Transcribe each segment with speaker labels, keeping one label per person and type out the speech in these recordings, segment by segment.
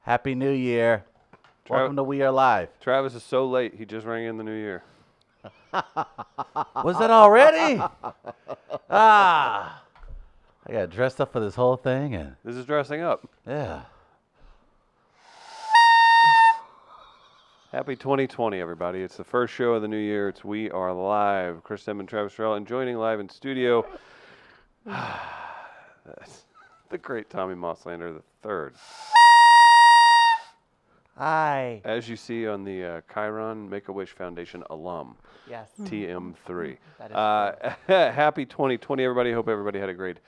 Speaker 1: Happy New Year.
Speaker 2: Tra-
Speaker 1: Welcome to We Are Live.
Speaker 2: Travis is so late. He just rang in the new year.
Speaker 1: Was that already? ah. I got dressed up for this whole thing and
Speaker 2: This is dressing up.
Speaker 1: yeah.
Speaker 2: Happy 2020, everybody. It's the first show of the new year. It's We Are Live. Chris Em and Travis Farrell, and joining live in studio, that's the great Tommy Mosslander the third.
Speaker 3: I
Speaker 2: As you see on the uh, Chiron Make-A-Wish Foundation alum,
Speaker 3: yes.
Speaker 4: Hmm.
Speaker 2: TM3.
Speaker 3: That is
Speaker 2: Uh, happy 2020, everybody. Hope everybody had a great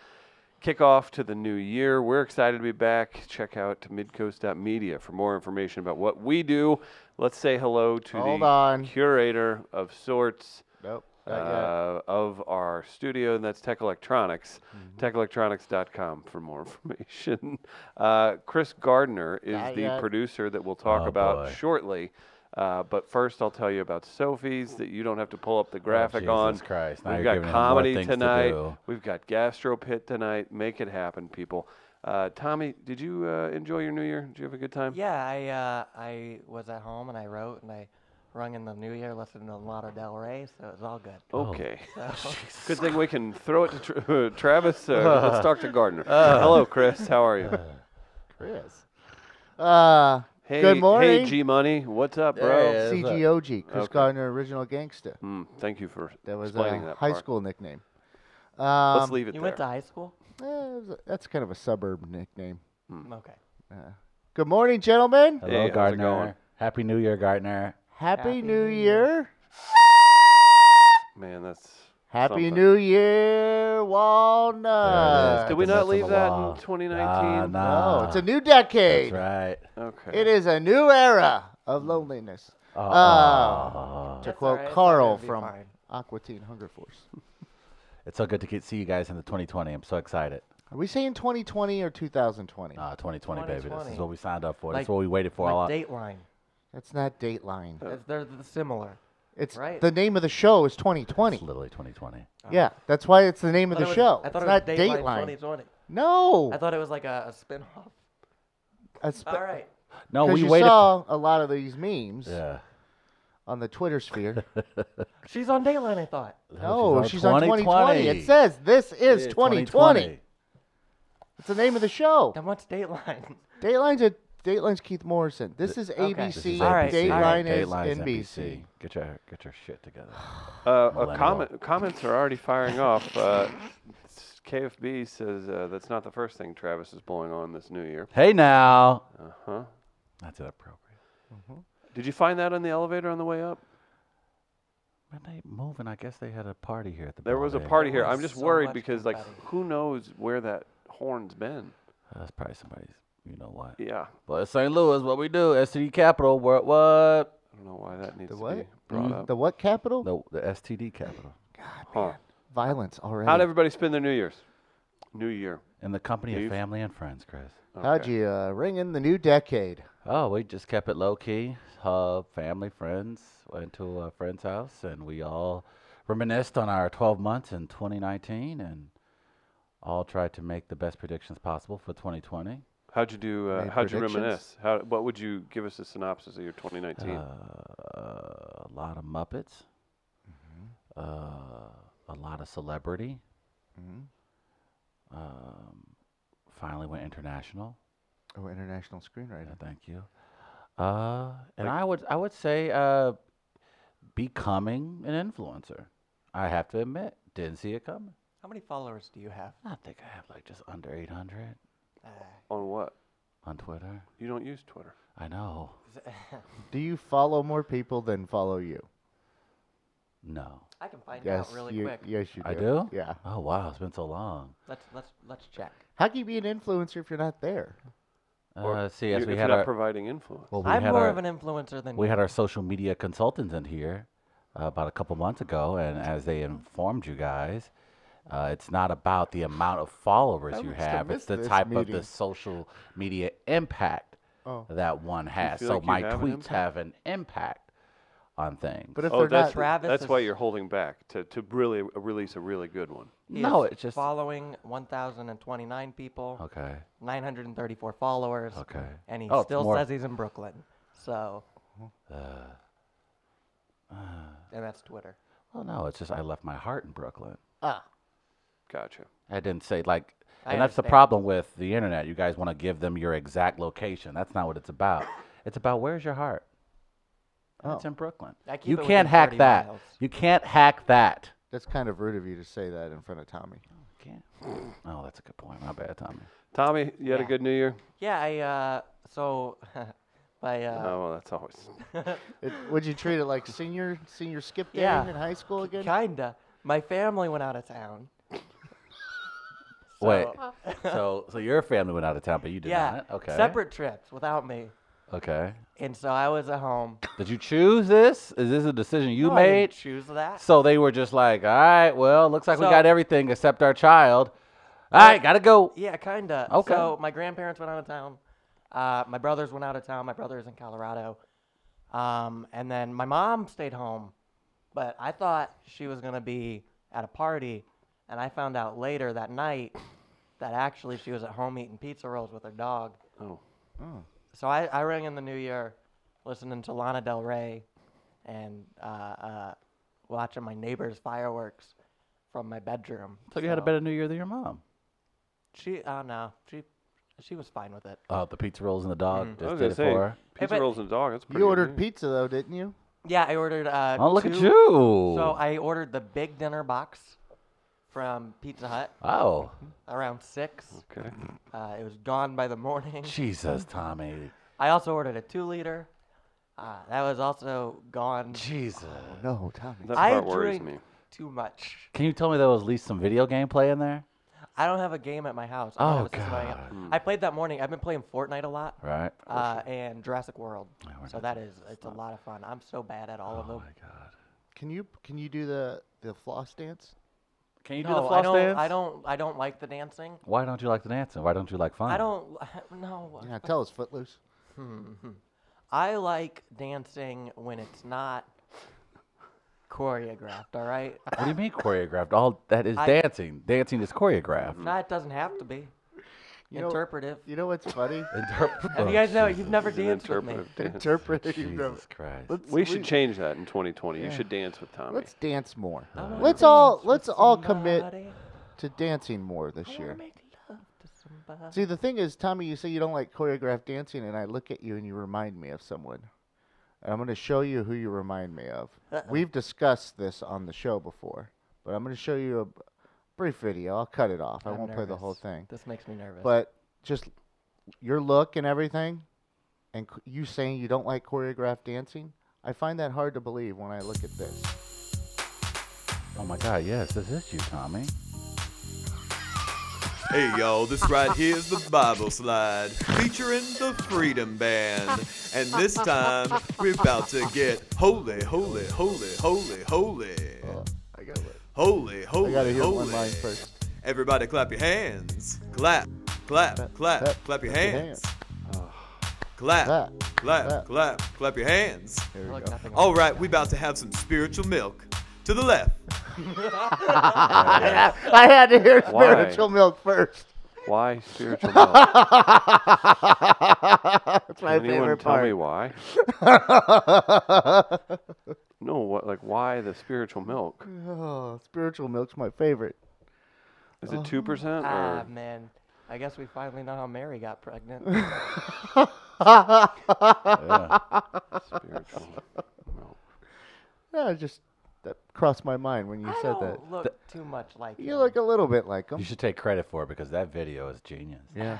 Speaker 2: kickoff to the new year. We're excited to be back. Check out midcoast.media for more information about what we do. Let's say hello to
Speaker 4: Hold
Speaker 2: the
Speaker 4: on.
Speaker 2: curator of sorts
Speaker 4: Nope.
Speaker 2: uh, of our studio, and that's Tech Electronics,
Speaker 4: Mm-hmm.
Speaker 2: techelectronics.com for more information. Uh, Chris Gardner is
Speaker 4: Not
Speaker 2: the
Speaker 4: yet.
Speaker 2: producer that we'll talk
Speaker 1: Oh,
Speaker 2: about
Speaker 1: boy.
Speaker 2: shortly. Uh, but first, I'll tell you about Sophie's that you don't have to pull up the graphic
Speaker 1: Oh,
Speaker 2: on.
Speaker 1: Jesus Christ. Now
Speaker 2: We've
Speaker 1: you're
Speaker 2: got
Speaker 1: giving him more
Speaker 2: comedy
Speaker 1: things to
Speaker 2: tonight.
Speaker 1: do.
Speaker 2: We've got Gastro Pit tonight. Make it happen, people. Uh, Tommy, did you uh, enjoy your New Year? Did you have a good time?
Speaker 3: Yeah, I uh, I was at home and I wrote and I rung in the new year, listened to Lana Del Rey, so it was all good.
Speaker 4: Oh.
Speaker 2: Okay. Good thing we can throw it to tra- Travis. Uh, let's talk to Gardner.
Speaker 4: Uh.
Speaker 2: Hello, Chris. How are you?
Speaker 4: Chris. Uh,
Speaker 2: Hey,
Speaker 4: good morning.
Speaker 2: Hey, G Money. What's up,
Speaker 1: There he
Speaker 2: bro?
Speaker 1: is. What's up?
Speaker 4: CGOG, Chris
Speaker 2: Okay.
Speaker 4: Gardner, original gangster.
Speaker 2: Mm, thank you for
Speaker 4: That was
Speaker 2: explaining
Speaker 4: a
Speaker 2: that
Speaker 4: high
Speaker 2: part.
Speaker 4: school nickname.
Speaker 2: Let's
Speaker 4: Um,
Speaker 2: leave it there.
Speaker 3: You went to high school?
Speaker 4: eh, it was a- that's kind of a suburb nickname.
Speaker 3: Okay.
Speaker 4: Good morning, gentlemen.
Speaker 1: Hello,
Speaker 2: Hey, how's it
Speaker 1: Gardner.
Speaker 2: going?
Speaker 1: Happy New Year, Gardner.
Speaker 4: Happy,
Speaker 3: Happy
Speaker 4: New
Speaker 3: New
Speaker 4: Year.
Speaker 2: Man, that's.
Speaker 4: Happy
Speaker 2: something.
Speaker 4: New Year,
Speaker 1: There it is.
Speaker 4: Walnut.
Speaker 2: Did we
Speaker 1: That's
Speaker 2: not
Speaker 1: on
Speaker 2: leave
Speaker 1: the
Speaker 2: that
Speaker 1: wall.
Speaker 2: in
Speaker 1: Nah,
Speaker 2: 2019?
Speaker 4: Oh,
Speaker 1: nah.
Speaker 4: it's a new decade.
Speaker 1: That's right.
Speaker 2: Okay.
Speaker 4: It is a new era of loneliness.
Speaker 1: Oh,
Speaker 4: Uh, to
Speaker 3: That's
Speaker 4: quote
Speaker 3: alright, it's all
Speaker 4: Carl
Speaker 3: gonna be
Speaker 4: from
Speaker 3: fine.
Speaker 4: Aqua Teen Hunger Force.
Speaker 1: It's so good to get, see you guys in the 2020. I'm so excited.
Speaker 4: Are we saying 2020 or 2020?
Speaker 2: Uh,
Speaker 1: Ah, 2020, baby. This is
Speaker 3: 2020.
Speaker 1: what we signed up for. this is
Speaker 3: Like-
Speaker 1: what we waited for. all
Speaker 3: Like
Speaker 1: our-
Speaker 3: Dateline.
Speaker 4: That's not Dateline.
Speaker 2: uh,
Speaker 3: It's- They're th- similar.
Speaker 4: It's
Speaker 3: right.
Speaker 4: the name of the show is 2020.
Speaker 1: It's literally 2020.
Speaker 4: Yeah, that's why it's the name of
Speaker 3: I
Speaker 4: the
Speaker 3: thought it was-
Speaker 4: show.
Speaker 3: I thought
Speaker 4: it's
Speaker 3: it was Dateline,
Speaker 4: not Dateline.
Speaker 3: 2020.
Speaker 4: No.
Speaker 3: I thought it was like a, a spin off.
Speaker 4: A spe-
Speaker 3: All right.
Speaker 1: No,
Speaker 4: 'cause
Speaker 1: we
Speaker 4: you
Speaker 1: waited.
Speaker 4: saw a lot of these memes
Speaker 1: yeah.
Speaker 4: on the Twitter sphere.
Speaker 3: She's on Dateline, I thought.
Speaker 4: no, she's on 2020.
Speaker 1: 2020.
Speaker 4: It says this is
Speaker 1: Yeah,
Speaker 4: 2020. It's the name of the show.
Speaker 3: Then what's Dateline?
Speaker 4: Dateline's a Dateline's Keith Morrison. This is
Speaker 3: okay.
Speaker 4: ABC.
Speaker 1: This is
Speaker 3: All right,
Speaker 1: ABC.
Speaker 3: all right.
Speaker 4: Dateline is
Speaker 1: Dateline's
Speaker 4: NBC.
Speaker 1: Get your get your shit together.
Speaker 2: Uh, a
Speaker 1: Millennial.
Speaker 2: comment, comments are already firing off. Uh, s- KFB says uh, that's not the first thing Travis is blowing on this new year.
Speaker 1: hey now.
Speaker 2: Uh huh.
Speaker 1: That's inappropriate.
Speaker 2: Did you find that on the elevator on the way up?
Speaker 1: When they moving, I guess they had a party here at the.
Speaker 2: There was a
Speaker 1: Bombay.
Speaker 2: party here.
Speaker 3: was
Speaker 2: I'm just
Speaker 3: so
Speaker 2: worried
Speaker 3: much
Speaker 2: because, like,
Speaker 3: confetti.
Speaker 2: who knows where that horn's been?
Speaker 1: Uh, That's probably somebody's. You know what?
Speaker 2: Yeah.
Speaker 1: Well, it's St. Louis, what we do? STD Capital. What? What?
Speaker 2: I don't know why that needs
Speaker 4: The
Speaker 2: to
Speaker 4: what? Mm, Mm-hmm.
Speaker 2: be brought up.
Speaker 4: The what capital?
Speaker 1: No, the STD Capital.
Speaker 2: Huh.
Speaker 4: Violence already.
Speaker 2: How'd everybody spend their New Year's? New Year.
Speaker 1: In the company
Speaker 2: Dave?
Speaker 1: of family and friends, Chris.
Speaker 4: How'd
Speaker 2: Okay.
Speaker 4: you uh, ring in the new decade?
Speaker 1: Oh, we just kept it low key. Uh, family, friends went to a friend's house, and we all reminisced on our 12 months in 2019, and all tried to make the best predictions possible for 2020.
Speaker 2: How'd you do? Uh,
Speaker 4: Any
Speaker 2: how'd you
Speaker 4: predictions?
Speaker 2: reminisce? How, what would you give us a synopsis of your 2019?
Speaker 1: Uh, a lot of Muppets, uh,
Speaker 2: Mm-hmm.
Speaker 1: a lot of celebrity.
Speaker 4: Mm-hmm.
Speaker 1: Um, finally went international.
Speaker 4: Oh, international screenwriter.
Speaker 1: Yeah, thank you. Uh, and I would I would say uh, becoming an influencer. I have to admit, didn't see it coming.
Speaker 3: How many followers do you have? Uh,
Speaker 1: I think I have like just under 800
Speaker 2: On what?
Speaker 1: on Twitter.
Speaker 2: You don't use Twitter.
Speaker 1: I know.
Speaker 4: Do you follow more people than follow you?
Speaker 1: No.
Speaker 3: I can find
Speaker 4: Yes,
Speaker 3: out really
Speaker 4: you,
Speaker 3: quick.
Speaker 4: yes, you do.
Speaker 1: I do?
Speaker 4: Yeah.
Speaker 1: Oh wow, it's been so long.
Speaker 3: Let's let's let's check.
Speaker 4: How can you be an influencer if you're not there?
Speaker 2: Or
Speaker 1: Uh, see,
Speaker 2: you-
Speaker 1: as
Speaker 2: if
Speaker 1: we
Speaker 2: you're
Speaker 1: had
Speaker 2: not
Speaker 1: our
Speaker 2: providing influence.
Speaker 1: well, we
Speaker 3: I'm
Speaker 1: had
Speaker 3: more
Speaker 1: our,
Speaker 3: of an influencer than
Speaker 1: we
Speaker 3: you.
Speaker 1: had our social media consultants in here uh, about a couple months ago, and as they informed you guys, uh, it's not about the amount of followers
Speaker 4: I
Speaker 1: you
Speaker 4: must have
Speaker 1: have; it's
Speaker 4: missed
Speaker 1: the
Speaker 4: this
Speaker 1: type of the
Speaker 4: meeting.
Speaker 1: social media impact
Speaker 4: Oh.
Speaker 1: that one has.
Speaker 2: feel
Speaker 1: So
Speaker 2: like you
Speaker 1: my
Speaker 2: have an
Speaker 1: tweets
Speaker 2: impact?
Speaker 1: have an impact on things.
Speaker 4: But if
Speaker 2: oh,
Speaker 4: they're
Speaker 2: that's
Speaker 4: not,
Speaker 3: Travis
Speaker 2: that's why
Speaker 3: is-
Speaker 2: you're holding back to to really uh, release a really good one.
Speaker 3: He
Speaker 1: No,
Speaker 3: is
Speaker 1: it's just-
Speaker 3: following 1,029 people,
Speaker 1: okay,
Speaker 3: 934 followers,
Speaker 1: okay.
Speaker 3: and he
Speaker 1: Oh, it's
Speaker 3: still
Speaker 1: more-
Speaker 3: says he's in Brooklyn. So,
Speaker 1: Uh,
Speaker 3: and that's Twitter.
Speaker 1: well, no, it's just I left my heart in Brooklyn.
Speaker 3: Ah,
Speaker 2: Gotcha.
Speaker 1: I didn't say like,
Speaker 3: I
Speaker 1: and that's the
Speaker 3: understand.
Speaker 1: problem with the internet. You guys want to give them your exact location. That's not what it's about. It's about where's your heart. And It's
Speaker 4: Oh.
Speaker 1: in Brooklyn.
Speaker 3: I keep
Speaker 1: You
Speaker 3: it within
Speaker 1: can't hack
Speaker 3: 30
Speaker 1: that.
Speaker 3: miles.
Speaker 1: You can't hack that.
Speaker 4: that's kind of rude of you to say that in front of Tommy.
Speaker 1: Can't. Oh, that's a good point. My bad, Tommy.
Speaker 2: Tommy, you had a
Speaker 3: Yeah.
Speaker 2: good New Year.
Speaker 3: yeah. I uh, so my uh,
Speaker 2: oh, well, that's always.
Speaker 4: It, would you treat it like senior senior skip day
Speaker 3: Yeah.
Speaker 4: in high school again?
Speaker 3: kinda my family went out of town.
Speaker 1: Wait.
Speaker 3: So-
Speaker 1: so, so your family went out of town, but you did
Speaker 3: yeah,
Speaker 1: not. Okay.
Speaker 3: separate trips without me,
Speaker 1: Okay.
Speaker 3: and so I was at home.
Speaker 1: Did you choose this? Is this a decision you
Speaker 3: No, I
Speaker 1: made?
Speaker 3: didn't choose that.
Speaker 1: So they were just like, all right, well, looks like we
Speaker 3: So-
Speaker 1: got everything except our child. All right, gotta go.
Speaker 3: Oh, Yeah, kinda.
Speaker 1: Okay.
Speaker 3: So my grandparents went out of town. Uh, my brothers went out of town. My brother's in Colorado. Um, and then my mom stayed home, but I thought she was gonna be at a party, and I found out later that night that actually she was at home eating pizza rolls with her dog.
Speaker 2: Oh,
Speaker 4: Oh.
Speaker 3: So I, I rang in the new year, listening to Lana Del Rey, and uh, uh, watching my neighbor's fireworks from my bedroom.
Speaker 1: So you had a better New Year than your mom.
Speaker 3: She, oh no, she, she was fine with it.
Speaker 1: Oh, the pizza rolls and the dog
Speaker 3: Mhm.
Speaker 2: Mm-hmm. I
Speaker 1: just
Speaker 2: was
Speaker 1: did
Speaker 2: gonna
Speaker 1: it
Speaker 2: say
Speaker 1: for her.
Speaker 2: pizza
Speaker 3: but-
Speaker 2: rolls and dog. That's pretty.
Speaker 4: You
Speaker 2: good
Speaker 4: ordered
Speaker 2: New Year.
Speaker 4: pizza though, didn't you?
Speaker 3: Yeah, I ordered. Uh,
Speaker 1: Oh, look at
Speaker 3: two-
Speaker 1: you.
Speaker 3: So I ordered the big dinner box from Pizza Hut
Speaker 1: oh,
Speaker 3: around six.
Speaker 2: Okay.
Speaker 3: Uh, it was gone by the morning.
Speaker 1: Jesus, Tommy.
Speaker 3: I also ordered a two liter. Uh, that was also gone.
Speaker 1: Jesus.
Speaker 4: No, Tommy.
Speaker 2: That
Speaker 3: I
Speaker 2: part worries
Speaker 3: drink
Speaker 2: me.
Speaker 3: too much.
Speaker 1: Can you tell me there was at least some video game play in there?
Speaker 3: I don't have a game at my house. I don't have
Speaker 1: Oh,
Speaker 3: a system at my house.
Speaker 2: God.
Speaker 3: I played that morning. I've been playing Fortnite a lot.
Speaker 1: Right?
Speaker 2: Oh
Speaker 3: Uh, and Jurassic World.
Speaker 1: Yeah, we're
Speaker 3: So
Speaker 1: not Oh,
Speaker 3: that is it's a lot of fun. I'm so bad at all of them.
Speaker 1: God.
Speaker 4: Can you can you do the the floss dance?
Speaker 1: Can you do the
Speaker 3: No,
Speaker 1: floss
Speaker 3: I don't
Speaker 1: dance?
Speaker 3: I don't I don't like the dancing.
Speaker 1: Why don't you like the dancing? Why don't you like fun?
Speaker 3: I don't no.
Speaker 4: Yeah, tell us, Footloose.
Speaker 3: I like dancing when it's not choreographed, all right?
Speaker 1: What do you mean choreographed? All that is
Speaker 3: I- Mm.
Speaker 1: dancing. Dancing is choreographed.
Speaker 3: no, it doesn't have to be.
Speaker 4: You know-
Speaker 3: Interpretive.
Speaker 4: You know what's funny?
Speaker 1: Interpret-
Speaker 3: Have
Speaker 1: Oh,
Speaker 3: you guys know
Speaker 1: Jesus.
Speaker 3: you've never
Speaker 2: It's an
Speaker 3: danced with me.
Speaker 2: interpretive dance.
Speaker 4: Interpretive. you know.
Speaker 1: Jesus Christ.
Speaker 4: Let's-
Speaker 2: We should
Speaker 4: we-
Speaker 2: change that in 2020. You
Speaker 4: Yeah.
Speaker 2: should dance with Tommy.
Speaker 4: Let's dance more.
Speaker 3: I wanna
Speaker 4: Let's all
Speaker 3: dance with
Speaker 4: let's all commit
Speaker 3: somebody.
Speaker 4: to dancing more this
Speaker 3: I wanna
Speaker 4: year.
Speaker 3: make love to somebody.
Speaker 4: See, the thing is, Tommy, you say you don't like choreographed dancing, and I look at you and you remind me of someone. And I'm going to show you who you remind me of.
Speaker 3: Uh-oh.
Speaker 4: We've discussed this on the show before, but I'm going to show you a b- brief video. I'll cut it off. I
Speaker 3: I'm
Speaker 4: won't play the whole
Speaker 3: nervous.
Speaker 4: thing.
Speaker 3: This makes me nervous.
Speaker 4: But just your look and everything, and c- you saying you don't like choreographed dancing, I find that hard to believe when I look at this.
Speaker 1: Oh my God, yes, this is you, Tommy.
Speaker 5: Hey y'all, this right here is the Bible slide featuring the Freedom Band. And this time we're about to get holy, holy, holy, holy, holy.
Speaker 4: I got it.
Speaker 5: Holy, holy,
Speaker 4: I got to hear
Speaker 5: holy.
Speaker 4: one line first.
Speaker 5: Everybody clap your hands. Clap, clap, clap, clap,
Speaker 4: clap,
Speaker 5: your
Speaker 4: clap your
Speaker 5: hands.
Speaker 4: hands. Clap,
Speaker 5: Clap, clap,
Speaker 4: clap.
Speaker 5: clap, clap your hands.
Speaker 4: There we
Speaker 3: Look,
Speaker 4: go.
Speaker 3: nothing
Speaker 5: All right, we're about to have some spiritual milk. To the left.
Speaker 4: I had to hear
Speaker 2: Why?
Speaker 4: spiritual milk first.
Speaker 2: Why spiritual milk?
Speaker 4: That's my
Speaker 2: Can anyone
Speaker 4: favorite
Speaker 2: tell me
Speaker 4: part.
Speaker 2: why? no, what? Like why the spiritual milk?
Speaker 4: Oh, spiritual milk's my favorite.
Speaker 2: Is it two percent?
Speaker 3: Ah man. I guess we finally know how Mary got pregnant.
Speaker 1: Yeah.
Speaker 2: spiritual milk.
Speaker 4: Yeah, just that crossed my mind when you
Speaker 3: I
Speaker 4: said
Speaker 3: don't
Speaker 4: that.
Speaker 3: look too much like
Speaker 4: You
Speaker 3: him.
Speaker 4: look a little bit like him.
Speaker 1: You should take credit for it because that video is genius.
Speaker 4: Yeah.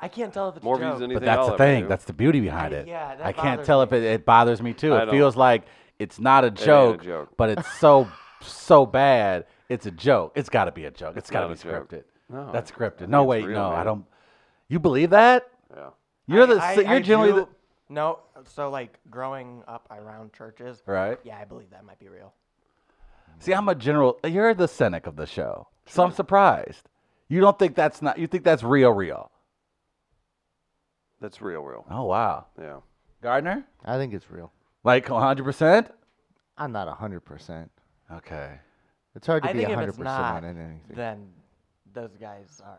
Speaker 3: I can't tell if it's
Speaker 2: More
Speaker 3: a joke.
Speaker 2: views than
Speaker 1: But
Speaker 2: anything.
Speaker 1: that's
Speaker 2: I'll
Speaker 1: the
Speaker 2: ever
Speaker 1: thing.
Speaker 2: do.
Speaker 1: That's the beauty behind it.
Speaker 3: yeah, that
Speaker 1: I can't
Speaker 3: bothers
Speaker 1: tell if it, it bothers me too.
Speaker 2: I
Speaker 1: It
Speaker 2: don't-
Speaker 1: feels like it's not a joke,
Speaker 2: joke.
Speaker 1: but it's so so bad. It's a joke. It's got to be a joke. it's got to
Speaker 2: not
Speaker 1: be
Speaker 2: a joke.
Speaker 1: scripted.
Speaker 2: No,
Speaker 1: that's
Speaker 2: I- I
Speaker 1: scripted.
Speaker 2: think
Speaker 1: No,
Speaker 2: it's
Speaker 1: wait,
Speaker 2: real,
Speaker 1: no, I
Speaker 2: man.
Speaker 1: don't. You believe that?
Speaker 2: Yeah.
Speaker 1: You're the
Speaker 3: I-
Speaker 1: so
Speaker 3: I
Speaker 1: you're generally
Speaker 3: do- no. So like growing up around churches,
Speaker 1: the, right.
Speaker 3: yeah, I believe that might be real.
Speaker 1: See, I'm a general. You're the cynic of the show, so I'm surprised. You don't think that's not. You think that's real, real.
Speaker 2: That's real, real.
Speaker 1: Oh wow,
Speaker 2: Yeah.
Speaker 1: Gardner.
Speaker 4: I think it's real.
Speaker 1: Like 100%?
Speaker 4: I'm not 100%.
Speaker 1: Okay.
Speaker 4: It's hard to
Speaker 3: I
Speaker 4: be
Speaker 3: think if
Speaker 4: 100%
Speaker 3: it's not,
Speaker 4: on anything.
Speaker 3: then those guys are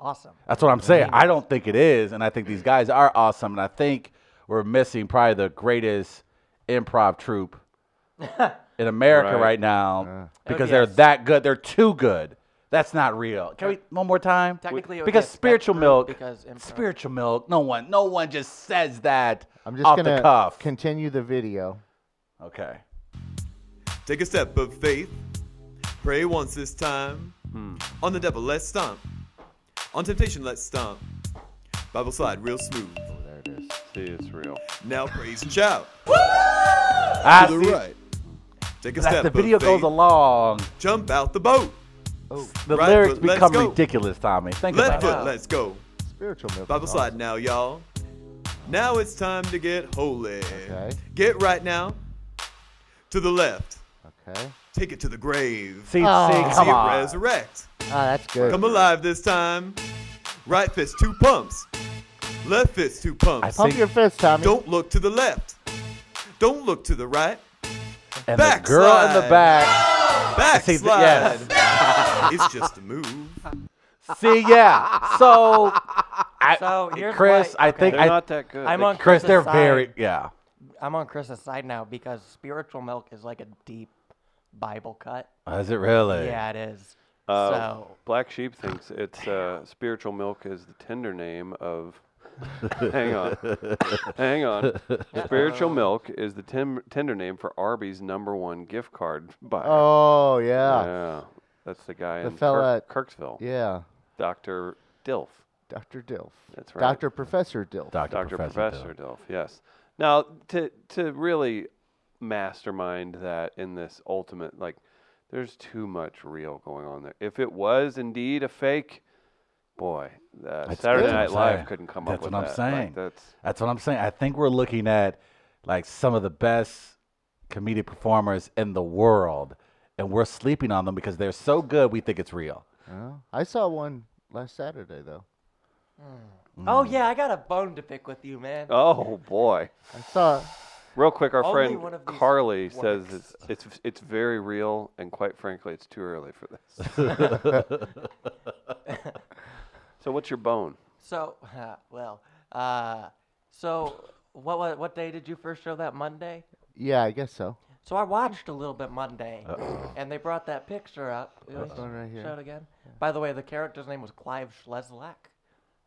Speaker 3: awesome.
Speaker 1: That's what I'm saying. I don't think it is, and I think these guys are awesome, and I think we're missing probably the greatest improv troupe in America right,
Speaker 2: Right.
Speaker 5: Oh,
Speaker 1: now because
Speaker 3: be
Speaker 1: they're
Speaker 3: us.
Speaker 1: that good. They're too good. That's not real. Can we one more time?
Speaker 3: Technically, it would be
Speaker 1: because
Speaker 3: a spec
Speaker 1: spiritual
Speaker 3: group
Speaker 1: milk,
Speaker 3: because improv.
Speaker 1: spiritual milk. No one, no one just says that
Speaker 4: I'm just
Speaker 1: off
Speaker 4: going
Speaker 1: the
Speaker 4: to
Speaker 1: cuff.
Speaker 4: continue the video.
Speaker 1: okay.
Speaker 5: Take a step of faith. Pray once this time. On the devil, let's stomp. On temptation, let's stomp. Bible slide real smooth.
Speaker 4: Oh,
Speaker 2: See, it's real.
Speaker 5: Now praise and shout.
Speaker 1: I
Speaker 5: to
Speaker 1: Ah, see-
Speaker 5: the right. Take a
Speaker 1: As
Speaker 5: step
Speaker 1: the video
Speaker 5: of faith.
Speaker 1: goes along,
Speaker 5: Jump out the boat.
Speaker 4: Oh,
Speaker 1: the
Speaker 5: Right
Speaker 1: lyrics
Speaker 5: foot, let's
Speaker 1: become
Speaker 5: go.
Speaker 1: ridiculous, Tommy. Think
Speaker 5: Left
Speaker 1: about it.
Speaker 5: foot, let's go.
Speaker 4: Spiritual milk.
Speaker 5: Bible
Speaker 4: is
Speaker 5: slide now, y'all. Now it's time to get holy.
Speaker 4: Okay.
Speaker 5: Get right now. To the left.
Speaker 4: awesome. Okay.
Speaker 5: Take it to the grave.
Speaker 1: See,
Speaker 4: Oh.
Speaker 1: see,
Speaker 5: See
Speaker 1: come
Speaker 5: it
Speaker 1: on.
Speaker 5: resurrect.
Speaker 4: Ah, that's good.
Speaker 5: Come alive this time. Right fist, two pumps. Left fist, two pumps.
Speaker 1: I
Speaker 4: Pump
Speaker 1: See-
Speaker 4: your fist, Tommy.
Speaker 5: Don't look to the left. Don't look to the right.
Speaker 1: And the girl in the
Speaker 5: Backslide.
Speaker 1: back. see
Speaker 5: Backslide.
Speaker 1: the- yes.
Speaker 5: it's just a move.
Speaker 1: See, yeah. So, I,
Speaker 3: So, here's
Speaker 1: Chris,
Speaker 3: why-
Speaker 1: I think
Speaker 2: They're
Speaker 1: I,
Speaker 2: not that good.
Speaker 3: I'm
Speaker 2: They-
Speaker 3: on
Speaker 1: Chris,
Speaker 3: Chris's
Speaker 1: they're
Speaker 3: side.
Speaker 1: very yeah.
Speaker 3: I'm on Chris's side now because spiritual milk is like a deep Bible cut.
Speaker 1: Is it really?
Speaker 3: Yeah, it is.
Speaker 2: Uh,
Speaker 3: so
Speaker 2: Black Sheep thinks it's uh, spiritual milk is the tender name of. hang on, hang on. Spiritual milk is the tim- tender name for Arby's number one gift card buyer.
Speaker 4: Oh, yeah.
Speaker 2: yeah, that's the guy
Speaker 4: The
Speaker 2: in
Speaker 4: fella-
Speaker 2: Kirk- Kirksville,
Speaker 4: Yeah.
Speaker 2: Doctor Dilf,
Speaker 4: Dr. Dilf.
Speaker 2: That's right.
Speaker 4: Dr. Professor Dilf.
Speaker 1: Doctor,
Speaker 2: Doctor
Speaker 1: Professor.
Speaker 2: Professor
Speaker 1: Dill.
Speaker 2: Dilf. Yes. Now to to really mastermind that in this ultimate like, there's too much real going on there. If it was indeed a fake. Boy, uh,
Speaker 1: That's-
Speaker 2: Saturday
Speaker 1: that's what I'm
Speaker 2: Night Live
Speaker 1: saying.
Speaker 2: couldn't come
Speaker 1: That's
Speaker 2: up with
Speaker 1: what I'm
Speaker 2: that.
Speaker 1: saying.
Speaker 2: Like, that's
Speaker 1: That's what I'm saying. I think we're looking at like some of the best comedic performers in the world, and we're sleeping on them because they're so good. We think it's real.
Speaker 4: Oh, I saw one last Saturday, though.
Speaker 1: mm-hmm.
Speaker 3: Oh yeah, I got a bone to pick with you, man.
Speaker 2: oh boy.
Speaker 4: I saw.
Speaker 2: Real quick, our
Speaker 3: Only
Speaker 2: friend
Speaker 3: one of these
Speaker 2: Carly says it's,
Speaker 3: works.
Speaker 2: it's it's very real, and quite frankly, it's too early for this. so, what's your bone?
Speaker 3: So well, uh, so what, what what day did you first show that Monday?
Speaker 4: Yeah, I guess so.
Speaker 3: So I watched a little bit Monday, and they brought that picture up. It was-
Speaker 4: one right here.
Speaker 3: Show it again. By the way, the character's name was Clive Schleslak.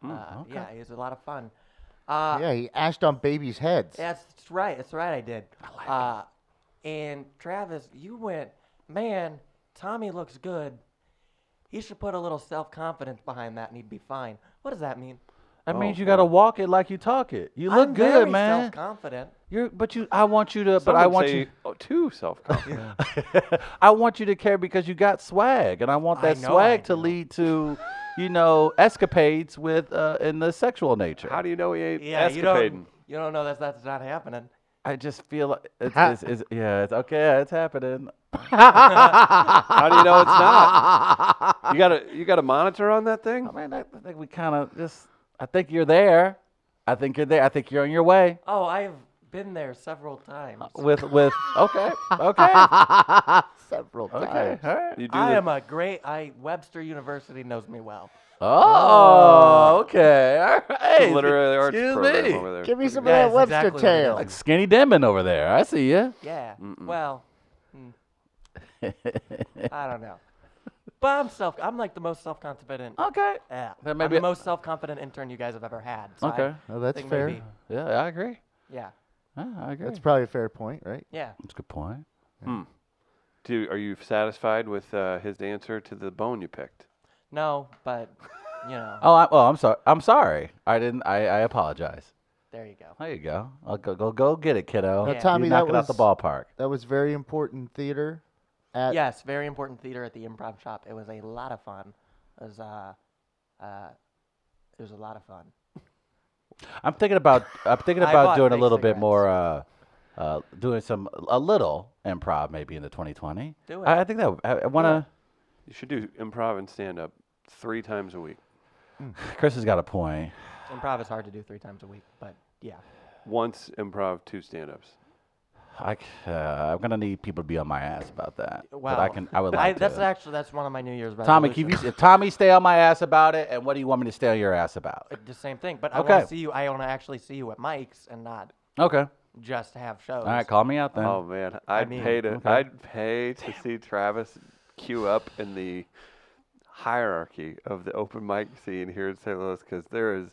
Speaker 3: uh, Yeah, he was a lot of fun. Uh,
Speaker 4: yeah, he ashed on babies' heads.
Speaker 3: That's that's right. That's right. I did. uh, and Travis, you went, man. Tommy looks good. He should put a little self confidence behind that, and he'd be fine. What does that mean?
Speaker 1: That
Speaker 2: Oh,
Speaker 1: means you gotta walk it like you talk it. You look
Speaker 3: I'm
Speaker 1: good,
Speaker 3: very
Speaker 1: man.
Speaker 3: Self-confident.
Speaker 1: You're, but you, I want you to, but
Speaker 2: Some
Speaker 1: I
Speaker 2: would
Speaker 1: want
Speaker 2: say,
Speaker 1: you,
Speaker 2: oh, too self-confident.
Speaker 1: I want you to care because you got swag, and I want
Speaker 3: I
Speaker 1: that
Speaker 3: know I
Speaker 1: swag to
Speaker 3: do.
Speaker 1: lead to, you know, escapades with uh, in the sexual nature.
Speaker 2: How do you know he ain't
Speaker 3: Yeah, you
Speaker 2: escapading?
Speaker 3: don't. You don't know that's that's not happening.
Speaker 1: I just feel like it's, it's, it's yeah, it's okay, it's happening.
Speaker 2: How do you know it's not? You got a you got a monitor on that thing?
Speaker 1: I mean, I, I think we kind of just. I think you're there. I think you're there. I think you're on your way.
Speaker 3: Oh, I've been there several times.
Speaker 1: With with okay, okay,
Speaker 4: Several
Speaker 1: okay.
Speaker 4: times.
Speaker 1: All right.
Speaker 2: You do
Speaker 3: I
Speaker 2: the-
Speaker 3: am a great. I Webster University knows me well.
Speaker 1: Oh, okay. All right.
Speaker 2: literary arts
Speaker 1: Excuse
Speaker 2: program
Speaker 1: me.
Speaker 2: over there.
Speaker 4: Give me some
Speaker 3: Yeah,
Speaker 4: of that
Speaker 3: that's
Speaker 4: Webster
Speaker 3: exactly what it
Speaker 4: tail.
Speaker 1: Like skinny Demon over there. I see you.
Speaker 3: Yeah. Well, mm. I don't know. But I'm self. I'm like the most self-confident.
Speaker 1: Okay.
Speaker 3: Yeah.
Speaker 1: That may
Speaker 3: I'm
Speaker 1: be
Speaker 3: the
Speaker 1: a-
Speaker 3: most self-confident intern you guys have ever had. So I
Speaker 1: Okay.
Speaker 4: Oh, that's
Speaker 3: think
Speaker 4: fair.
Speaker 3: maybe-
Speaker 1: Yeah, I agree.
Speaker 3: yeah.
Speaker 1: Yeah, I agree.
Speaker 4: That's
Speaker 1: That's,
Speaker 4: probably a fair point, right?
Speaker 3: Yeah.
Speaker 1: a good point.
Speaker 2: Do, are you satisfied with uh, his answer to the bone you picked?
Speaker 3: No, but you know,
Speaker 1: Oh, I, oh, I'm sorry. I'm sorry. I didn't. I, I apologize.
Speaker 3: there you go.
Speaker 1: There you go. I'll go go go get it, kiddo.
Speaker 4: Now,
Speaker 1: You
Speaker 4: Tommy,
Speaker 1: knock
Speaker 4: that
Speaker 1: it out the
Speaker 4: was-
Speaker 1: ballpark.
Speaker 4: That was very important theater. At
Speaker 3: Yes, very important theater at the Improv Shop. It was a lot of fun. It was uh, uh, it was a lot of fun.
Speaker 1: I'm thinking about I'm thinking
Speaker 3: I
Speaker 1: about
Speaker 3: bought
Speaker 1: doing a
Speaker 3: fake
Speaker 1: little bit
Speaker 3: cigarettes.
Speaker 1: more uh, uh, doing some a little improv maybe in the 2020.
Speaker 3: Do
Speaker 1: I,
Speaker 3: it.
Speaker 1: I think that I, I want to.
Speaker 2: You should do improv and stand up three times a week.
Speaker 1: Chris has got a point.
Speaker 3: Improv is hard to do three times a week, but yeah.
Speaker 2: Once improv, two stand ups.
Speaker 1: I, c- uh, I'm gonna need people to be on my ass about that.
Speaker 3: Wow.
Speaker 1: But I can. I would like to.
Speaker 3: That's actually that's one of my New Year's
Speaker 1: Tommy,
Speaker 3: resolutions.
Speaker 1: can you, Tommy, stay on my ass about it. And what do you want me to stay on your ass about?
Speaker 3: The same thing, but I want
Speaker 1: Okay.
Speaker 3: to see you. I want to actually see you at Mike's and not
Speaker 1: Okay.
Speaker 3: just have shows.
Speaker 1: All right, call me out then.
Speaker 2: Oh man, I'd
Speaker 3: mean,
Speaker 2: pay to I'd pay to see Travis queue up in the hierarchy of the open mic scene here in St. Louis because there is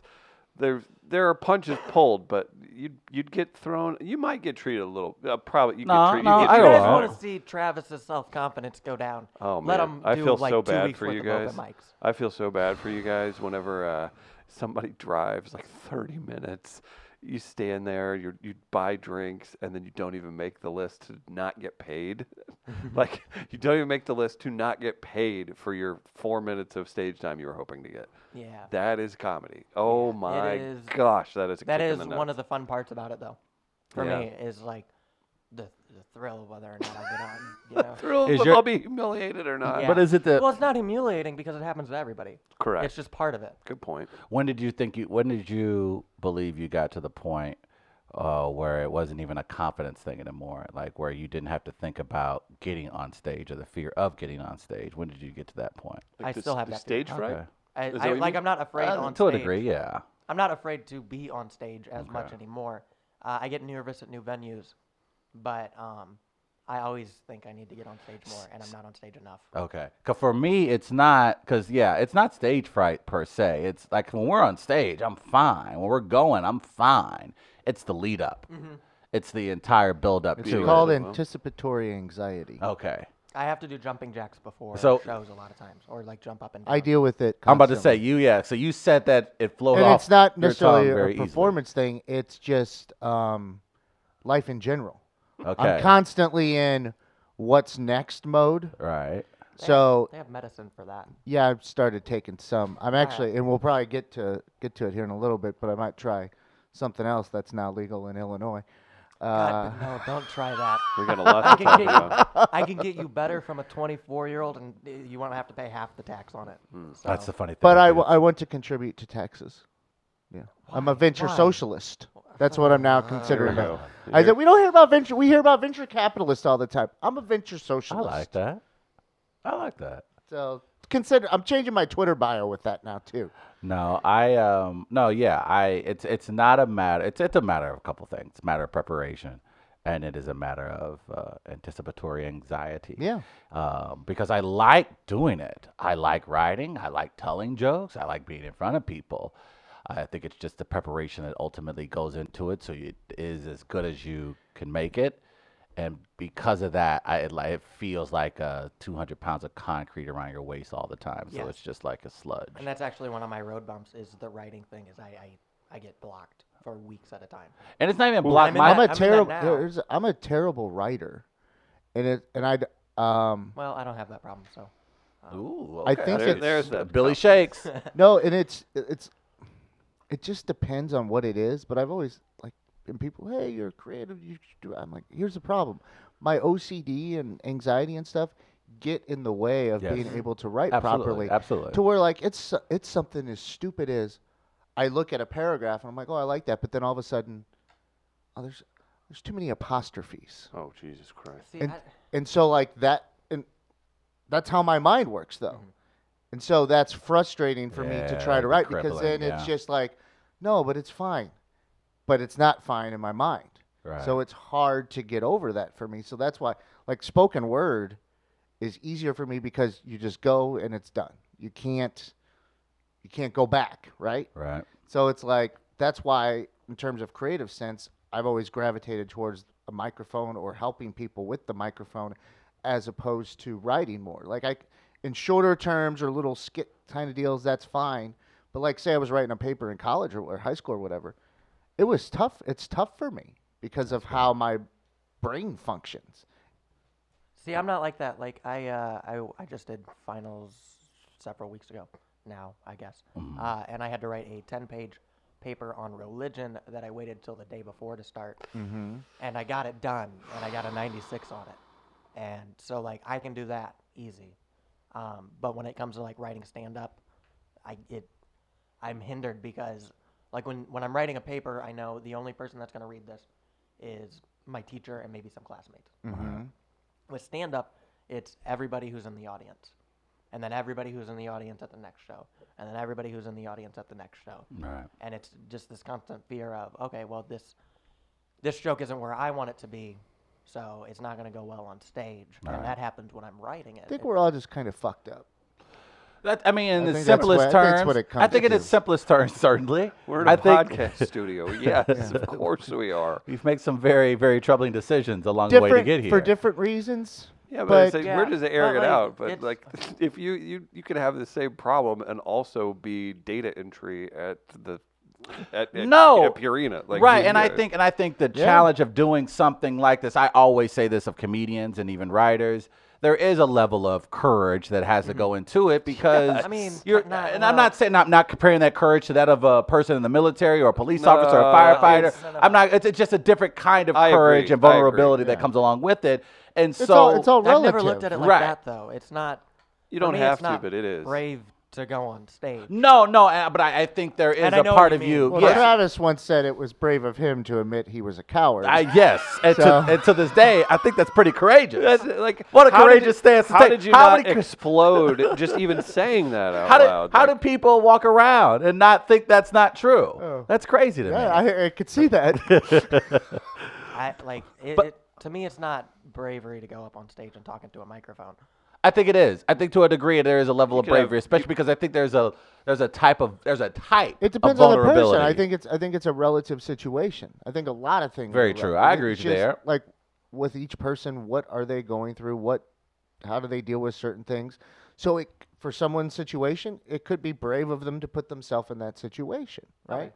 Speaker 2: there there are punches pulled, but you'd you'd get thrown. You might get treated a little. Uh, probably you
Speaker 1: No,
Speaker 2: get treated.
Speaker 1: no,
Speaker 2: you get
Speaker 1: I
Speaker 3: I
Speaker 1: don't
Speaker 2: treated
Speaker 1: know.
Speaker 3: just
Speaker 2: better.
Speaker 3: want to see Travis's self confidence go down.
Speaker 2: Oh man,
Speaker 3: Let him
Speaker 2: I
Speaker 3: do
Speaker 2: feel
Speaker 3: like
Speaker 2: so
Speaker 3: two
Speaker 2: bad
Speaker 3: weeks
Speaker 2: for
Speaker 3: worth
Speaker 2: you
Speaker 3: of open
Speaker 2: guys.
Speaker 3: mics.
Speaker 2: I feel so bad for you guys whenever uh, somebody drives like 30 minutes. You stand there, you you buy drinks, and then you don't even make the list to not get paid. like you don't even make the list to not get paid for your four minutes of stage time you were hoping to get.
Speaker 3: Yeah.
Speaker 2: That is comedy. Oh my
Speaker 3: is-
Speaker 2: gosh, that is a
Speaker 3: That
Speaker 2: kick in
Speaker 3: is
Speaker 2: the
Speaker 3: one
Speaker 2: nuts.
Speaker 3: of the fun parts about it, though. For
Speaker 2: Yeah.
Speaker 3: me, is like the the thrill of whether or not I get on. You know?
Speaker 2: Thrill
Speaker 1: Is
Speaker 2: if
Speaker 1: your-
Speaker 2: I'll be humiliated or not.
Speaker 3: Yeah.
Speaker 1: But is it the
Speaker 3: Well, it's not humiliating because it happens to everybody.
Speaker 2: Uh, Correct.
Speaker 3: It's just part of it.
Speaker 2: Good point.
Speaker 1: when did you think you when did you believe you got to the point uh, where it wasn't even a confidence thing anymore, like where you didn't have to think about getting on stage or the fear of getting on stage? When did you get to that point?
Speaker 3: I
Speaker 2: the
Speaker 3: still
Speaker 2: s-
Speaker 3: have
Speaker 2: the
Speaker 3: that fear.
Speaker 2: stage fright.
Speaker 1: Okay.
Speaker 3: I,
Speaker 2: Is that
Speaker 3: I,
Speaker 2: what you
Speaker 3: like
Speaker 2: mean?
Speaker 3: I'm not afraid
Speaker 1: Uh,
Speaker 3: on
Speaker 1: to a
Speaker 3: stage.
Speaker 1: degree, yeah.
Speaker 3: I'm not afraid to be on stage as much anymore. Uh, I get nervous at new venues, but um, I always think I need to get on stage more, and I'm not on stage enough.
Speaker 1: Okay. 'Cause for me, it's not because yeah, it's not stage fright per se. It's like when we're on stage, I'm fine. When we're going, I'm fine. It's the lead up.
Speaker 3: Mm-hmm.
Speaker 1: It's the entire build up to
Speaker 4: It's
Speaker 1: it.
Speaker 4: called
Speaker 2: as well.
Speaker 4: anticipatory anxiety.
Speaker 1: Okay.
Speaker 3: I have to do jumping jacks before
Speaker 1: So-
Speaker 3: shows a lot of times, or like jump up and down.
Speaker 4: I deal with it.
Speaker 1: I'm about to say
Speaker 4: constantly.
Speaker 1: you yeah. So you said that it flowed
Speaker 4: and
Speaker 1: off.
Speaker 4: it's not
Speaker 1: your
Speaker 4: necessarily
Speaker 1: tongue very
Speaker 4: a
Speaker 1: easily.
Speaker 4: performance thing. It's just um, life in general.
Speaker 1: Okay.
Speaker 4: I'm constantly in what's next mode.
Speaker 1: right.
Speaker 4: So
Speaker 3: They have medicine for that.
Speaker 4: yeah, I've started taking some. I'm actually, and we'll probably get to get to it here in a little bit, but I might try something else that's now legal in Illinois. Uh,
Speaker 3: God, but no, don't try that.
Speaker 2: We got a lot
Speaker 3: I
Speaker 2: to
Speaker 3: can,
Speaker 2: talk
Speaker 3: get
Speaker 2: about.
Speaker 3: you, I can get you better from a 24 year old, and uh, you won't have to pay half the tax on it. So,
Speaker 1: That's the funny thing.
Speaker 4: but I,
Speaker 1: dude.
Speaker 4: w- I want to contribute to taxes. Yeah, I'm a venture
Speaker 3: Why?
Speaker 4: socialist. That's what I'm now considering.
Speaker 2: There we
Speaker 4: now.
Speaker 2: go.
Speaker 4: I
Speaker 2: You're-
Speaker 4: said we don't hear about venture. We hear about venture capitalists all the time. I'm a venture
Speaker 1: I
Speaker 4: socialist.
Speaker 1: like that. I like that.
Speaker 4: So consider. I'm changing my Twitter bio with that now too.
Speaker 1: No, I um no, yeah, I it's it's not a matter it's it's a matter of a couple things. It's a matter of preparation and it is a matter of uh, anticipatory anxiety.
Speaker 4: Yeah.
Speaker 1: Um, because I like doing it. I like writing, I like telling jokes, I like being in front of people. I think it's just the preparation that ultimately goes into it so it is as good as you can make it. And because of that, I, it, like, it feels like uh, 200 pounds of concrete around your waist all the time. So
Speaker 3: Yes.
Speaker 1: it's just like a sludge.
Speaker 3: and that's actually one of my road bumps is the writing thing. Is I, I, I get blocked for weeks at a time.
Speaker 1: And it's not even block.
Speaker 3: I'm in
Speaker 1: My,
Speaker 4: I'm a
Speaker 3: that- I'm in that
Speaker 4: terrible.
Speaker 3: now.
Speaker 4: There's. I'm a terrible writer, and it. And I'd. Um.
Speaker 3: Well, I don't have that problem, so
Speaker 1: Ooh,
Speaker 4: I think
Speaker 2: There-
Speaker 4: it's
Speaker 2: there's that
Speaker 1: Billy Shakes.
Speaker 4: no, and it's it's. It just depends on what it is, but I've always like and people. Hey, you're creative. You should do. I'm like, here's the problem. My OCD and anxiety and stuff get in the way of
Speaker 1: Yes.
Speaker 4: being able to write
Speaker 1: Absolutely,
Speaker 4: properly.
Speaker 1: absolutely.
Speaker 4: To where like it's it's something as stupid as I look at a paragraph and I'm like, oh, I like that, but then all of a sudden, oh, there's there's too many apostrophes.
Speaker 2: Oh Jesus Christ.
Speaker 3: see,
Speaker 4: and
Speaker 3: I,
Speaker 4: and so like that and that's how my mind works though
Speaker 3: Mm-hmm.
Speaker 4: and so that's frustrating for me to
Speaker 1: Yeah,
Speaker 4: try
Speaker 1: the
Speaker 4: to write because
Speaker 1: crippling,
Speaker 4: then it's
Speaker 1: yeah.
Speaker 4: just like no but it's fine but it's not fine in my mind so
Speaker 1: Right.
Speaker 4: it's hard to get over that for me so that's why like spoken word is easier for me because you just go and it's done you can't you can't go back right
Speaker 1: right.
Speaker 4: so it's like that's why, in terms of creative sense, I've always gravitated towards a microphone or helping people with the microphone, as opposed to writing more. Like I, in shorter terms or little skit kind of deals, that's fine. But like, say I was writing a paper in college or, or high school or whatever, it was tough. It's tough for me because of how my brain functions.
Speaker 3: see, I'm not like that. Like I, uh, I, I just did finals several weeks ago. Now, I guess, uh, and I had to write a 10-page paper on religion that I waited till the day before to start, mm-hmm. and I got it done, and I got a 96 on it, and so like I can do that easy, um, but when it comes to like writing stand-up, I it I'm hindered because like when, when I'm writing a paper, I know the only person that's going to read this is my teacher and maybe some classmates. With stand up, it's everybody who's in the audience, and then everybody who's in the audience at the next show, and then everybody who's in the audience at the next show.
Speaker 1: Right.
Speaker 3: And it's just this constant fear of, okay, well this this joke isn't where I want it to be, so it's not going to go well on stage. and that happens when I'm writing it.
Speaker 4: I think
Speaker 3: It-
Speaker 4: we're all just kind of fucked up.
Speaker 1: That, I mean, in the
Speaker 4: I think that's
Speaker 1: simplest
Speaker 4: what- I think
Speaker 1: terms,
Speaker 4: that's what it
Speaker 1: I
Speaker 4: comes
Speaker 1: think in
Speaker 4: to.
Speaker 1: its simplest terms, certainly.
Speaker 2: We're in a
Speaker 1: I think
Speaker 2: podcast studio. Yes, of course we are.
Speaker 1: we've made some very, very troubling decisions along the way to
Speaker 4: Different
Speaker 1: get here.
Speaker 4: for different reasons.
Speaker 2: Yeah, but,
Speaker 4: But-
Speaker 2: it's like, we're
Speaker 3: Yeah,
Speaker 2: just
Speaker 3: but,
Speaker 2: airing it
Speaker 3: like,
Speaker 2: out. But
Speaker 3: it's-
Speaker 2: like, if you you you could have the same problem and also be data entry at the at, at
Speaker 1: No.
Speaker 2: at Purina. Like
Speaker 1: right,
Speaker 2: you-
Speaker 1: and I
Speaker 2: yeah.
Speaker 1: think and I think the challenge of doing something like this, I always say this of comedians and even writers, there is a level of courage that has to go into it because
Speaker 3: I mean,
Speaker 1: you're
Speaker 3: but not-
Speaker 1: and I'm
Speaker 3: well-
Speaker 1: not saying I'm not comparing that courage to that of a person in the military or a police officer or a
Speaker 2: No,
Speaker 1: firefighter.
Speaker 3: it's- No, no,
Speaker 1: I'm not it's, it's just a different kind of
Speaker 2: I agree,
Speaker 1: courage and
Speaker 2: I agree,
Speaker 1: vulnerability
Speaker 2: yeah.
Speaker 1: that comes along with it. And so
Speaker 4: It's all it's all
Speaker 3: I've
Speaker 4: relative.
Speaker 3: never looked at it like
Speaker 1: Right.
Speaker 3: that though. It's not.
Speaker 2: You
Speaker 3: for
Speaker 2: don't
Speaker 3: me,
Speaker 2: have
Speaker 3: it's
Speaker 2: to,
Speaker 3: not
Speaker 2: but it is.
Speaker 3: brave to go on stage.
Speaker 1: No, no, uh, but I, I think there is
Speaker 3: And I
Speaker 1: a
Speaker 3: know
Speaker 1: part
Speaker 3: what
Speaker 1: of
Speaker 3: you
Speaker 1: you.
Speaker 3: mean.
Speaker 4: Well,
Speaker 1: yes,
Speaker 4: Travis once said it was brave of him to admit he was a coward.
Speaker 1: I, yes. And,
Speaker 4: So-
Speaker 1: to, and to this day, I think that's pretty courageous.
Speaker 2: That's, uh, like
Speaker 1: What a
Speaker 2: how did
Speaker 1: courageous
Speaker 2: it-
Speaker 1: stance to
Speaker 2: How
Speaker 1: take.
Speaker 2: did you
Speaker 1: How
Speaker 2: not
Speaker 1: many cou-
Speaker 2: explode just even saying that out
Speaker 1: how did
Speaker 2: loud?
Speaker 1: how
Speaker 2: Like,
Speaker 1: do people walk around and not think that's not true?
Speaker 4: Oh.
Speaker 1: That's crazy to
Speaker 4: yeah,
Speaker 1: me.
Speaker 4: I, I could see that.
Speaker 3: I like it, it. To me, it's not bravery to go up on stage and talk into a microphone.
Speaker 1: I think it is. I think to a degree there is a level of
Speaker 2: could have-
Speaker 1: bravery, especially because I think there's a there's a type of there's a type.
Speaker 4: it depends
Speaker 1: of
Speaker 4: on the person.
Speaker 1: vulnerability.
Speaker 4: I think it's I think it's a relative situation. I think a lot of things.
Speaker 1: Very
Speaker 4: are
Speaker 1: true.
Speaker 4: relative.
Speaker 1: I
Speaker 4: think
Speaker 1: agree
Speaker 4: it's
Speaker 1: with you
Speaker 4: just,
Speaker 1: there.
Speaker 4: Like with each person, what are they going through? What, how do they deal with certain things? So it for someone's situation, it could be brave of them to put themselves in that situation, right?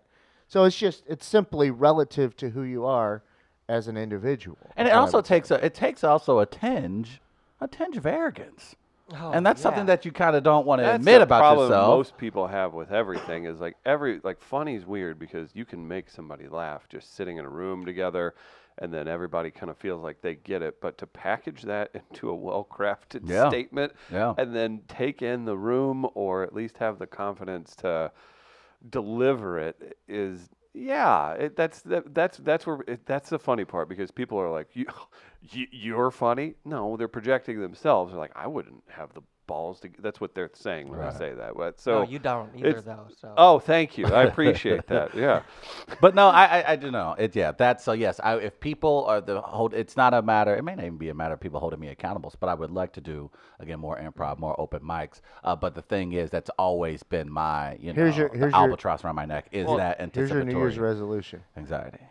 Speaker 4: So it's just it's simply relative to who you are as an individual.
Speaker 1: and it
Speaker 4: That's what I
Speaker 1: also
Speaker 4: would-
Speaker 1: takes a it takes also a tinge a tinge of arrogance,
Speaker 3: Oh,
Speaker 1: and that's something
Speaker 3: yeah.
Speaker 1: that you kind of don't want to
Speaker 2: That's
Speaker 1: admit
Speaker 2: the
Speaker 1: about
Speaker 2: problem
Speaker 1: yourself.
Speaker 2: Most people have with everything is like every like funny's weird because you can make somebody laugh just sitting in a room together, and then everybody kind of feels like they get it. But to package that into a well-crafted
Speaker 1: Yeah.
Speaker 2: statement,
Speaker 1: Yeah.
Speaker 2: and then take in the room or at least have the confidence to deliver it is. Yeah, it, that's that, that's that's where it, that's the funny part because people are like, you, you you're funny. No, they're projecting themselves. They're like, I wouldn't have the balls to. g-" That's what they're saying when I say that. But so
Speaker 3: no, you don't either
Speaker 2: it's-
Speaker 3: though. So
Speaker 2: Oh, thank you. I appreciate that. Yeah.
Speaker 1: but no, I, I I do know it. Yeah, that's so. Yes, I, if people are the hold, it's not a matter. It may not even be a matter of people holding me accountable. But I would like to do again more improv, more open mics. Uh, but the thing is, that's always been my you know
Speaker 4: Here's your-
Speaker 1: the
Speaker 4: here's your-
Speaker 1: albatross around my neck is that
Speaker 4: Here's your
Speaker 1: anticipatory
Speaker 4: New Year's resolution:
Speaker 1: anxiety.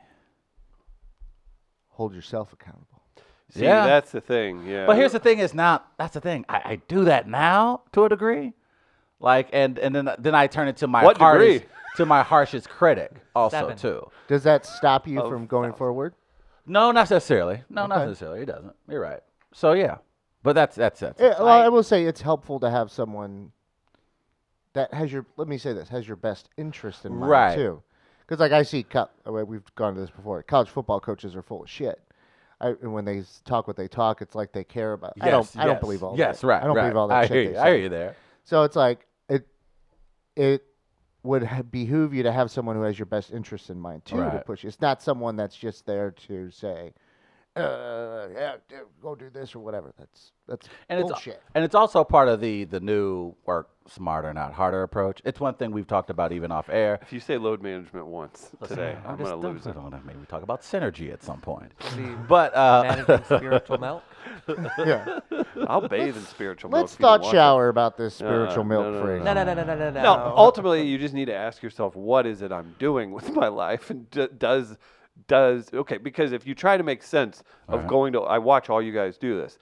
Speaker 4: hold yourself accountable.
Speaker 2: See,
Speaker 1: Yeah.
Speaker 2: that's the thing. Yeah.
Speaker 1: But here's the thing: is now that's the thing. I, I do that now to a degree, like and and then then I turn it to my
Speaker 2: What
Speaker 1: hardest,
Speaker 2: degree?
Speaker 1: to my harshest critic also
Speaker 3: Seven.
Speaker 1: too.
Speaker 4: Does that stop you from going forward?
Speaker 1: No, not necessarily. No, not necessarily. It doesn't. You're right. So yeah, but that's that's that's.
Speaker 4: Yeah, Eh, well, I will say it's helpful to have someone that has your. Let me say this: has your best interest in mind
Speaker 1: Right.
Speaker 4: too. Because like I see, co- uh, well, we've gone to this before. College football coaches are full of shit. I, and when they s- talk what they talk, it's like they care about. I don't.
Speaker 1: Yes,
Speaker 4: I don't
Speaker 1: yes,
Speaker 4: believe all.
Speaker 1: Yes,
Speaker 4: that.
Speaker 1: right.
Speaker 4: I don't
Speaker 1: right.
Speaker 4: believe all that
Speaker 1: I
Speaker 4: shit.
Speaker 1: Hear
Speaker 4: they
Speaker 1: you,
Speaker 4: say.
Speaker 1: I hear you there.
Speaker 4: So it's like it. It would ha- behoove you to have someone who has your best interest in mind too to
Speaker 1: Right.
Speaker 4: push you. It's not someone that's just there to say, uh, yeah, d- go do this or whatever. That's that's
Speaker 1: And it's
Speaker 4: bullshit.
Speaker 1: and it's also part of the the new work smarter not harder approach. It's one thing we've talked about even off air.
Speaker 2: if you say load management once today, I'm,
Speaker 1: just
Speaker 2: going to lose it.
Speaker 1: dumping on it. Maybe we talk about synergy at some point.
Speaker 3: The
Speaker 1: But uh,
Speaker 3: managing spiritual milk.
Speaker 4: yeah.
Speaker 2: I'll bathe in spiritual milk
Speaker 4: Let's
Speaker 2: if you don't
Speaker 4: thought
Speaker 2: want to.
Speaker 4: shower about this spiritual
Speaker 2: no,
Speaker 4: milk
Speaker 2: no, no,
Speaker 4: phrase.
Speaker 3: No, no, no, no, no, no, no.
Speaker 2: No,
Speaker 1: oh,
Speaker 2: ultimately, you just need to ask yourself, what is it I'm doing with my life? And d- does, does, okay, because if you try to make sense of going to, I watch all you guys do this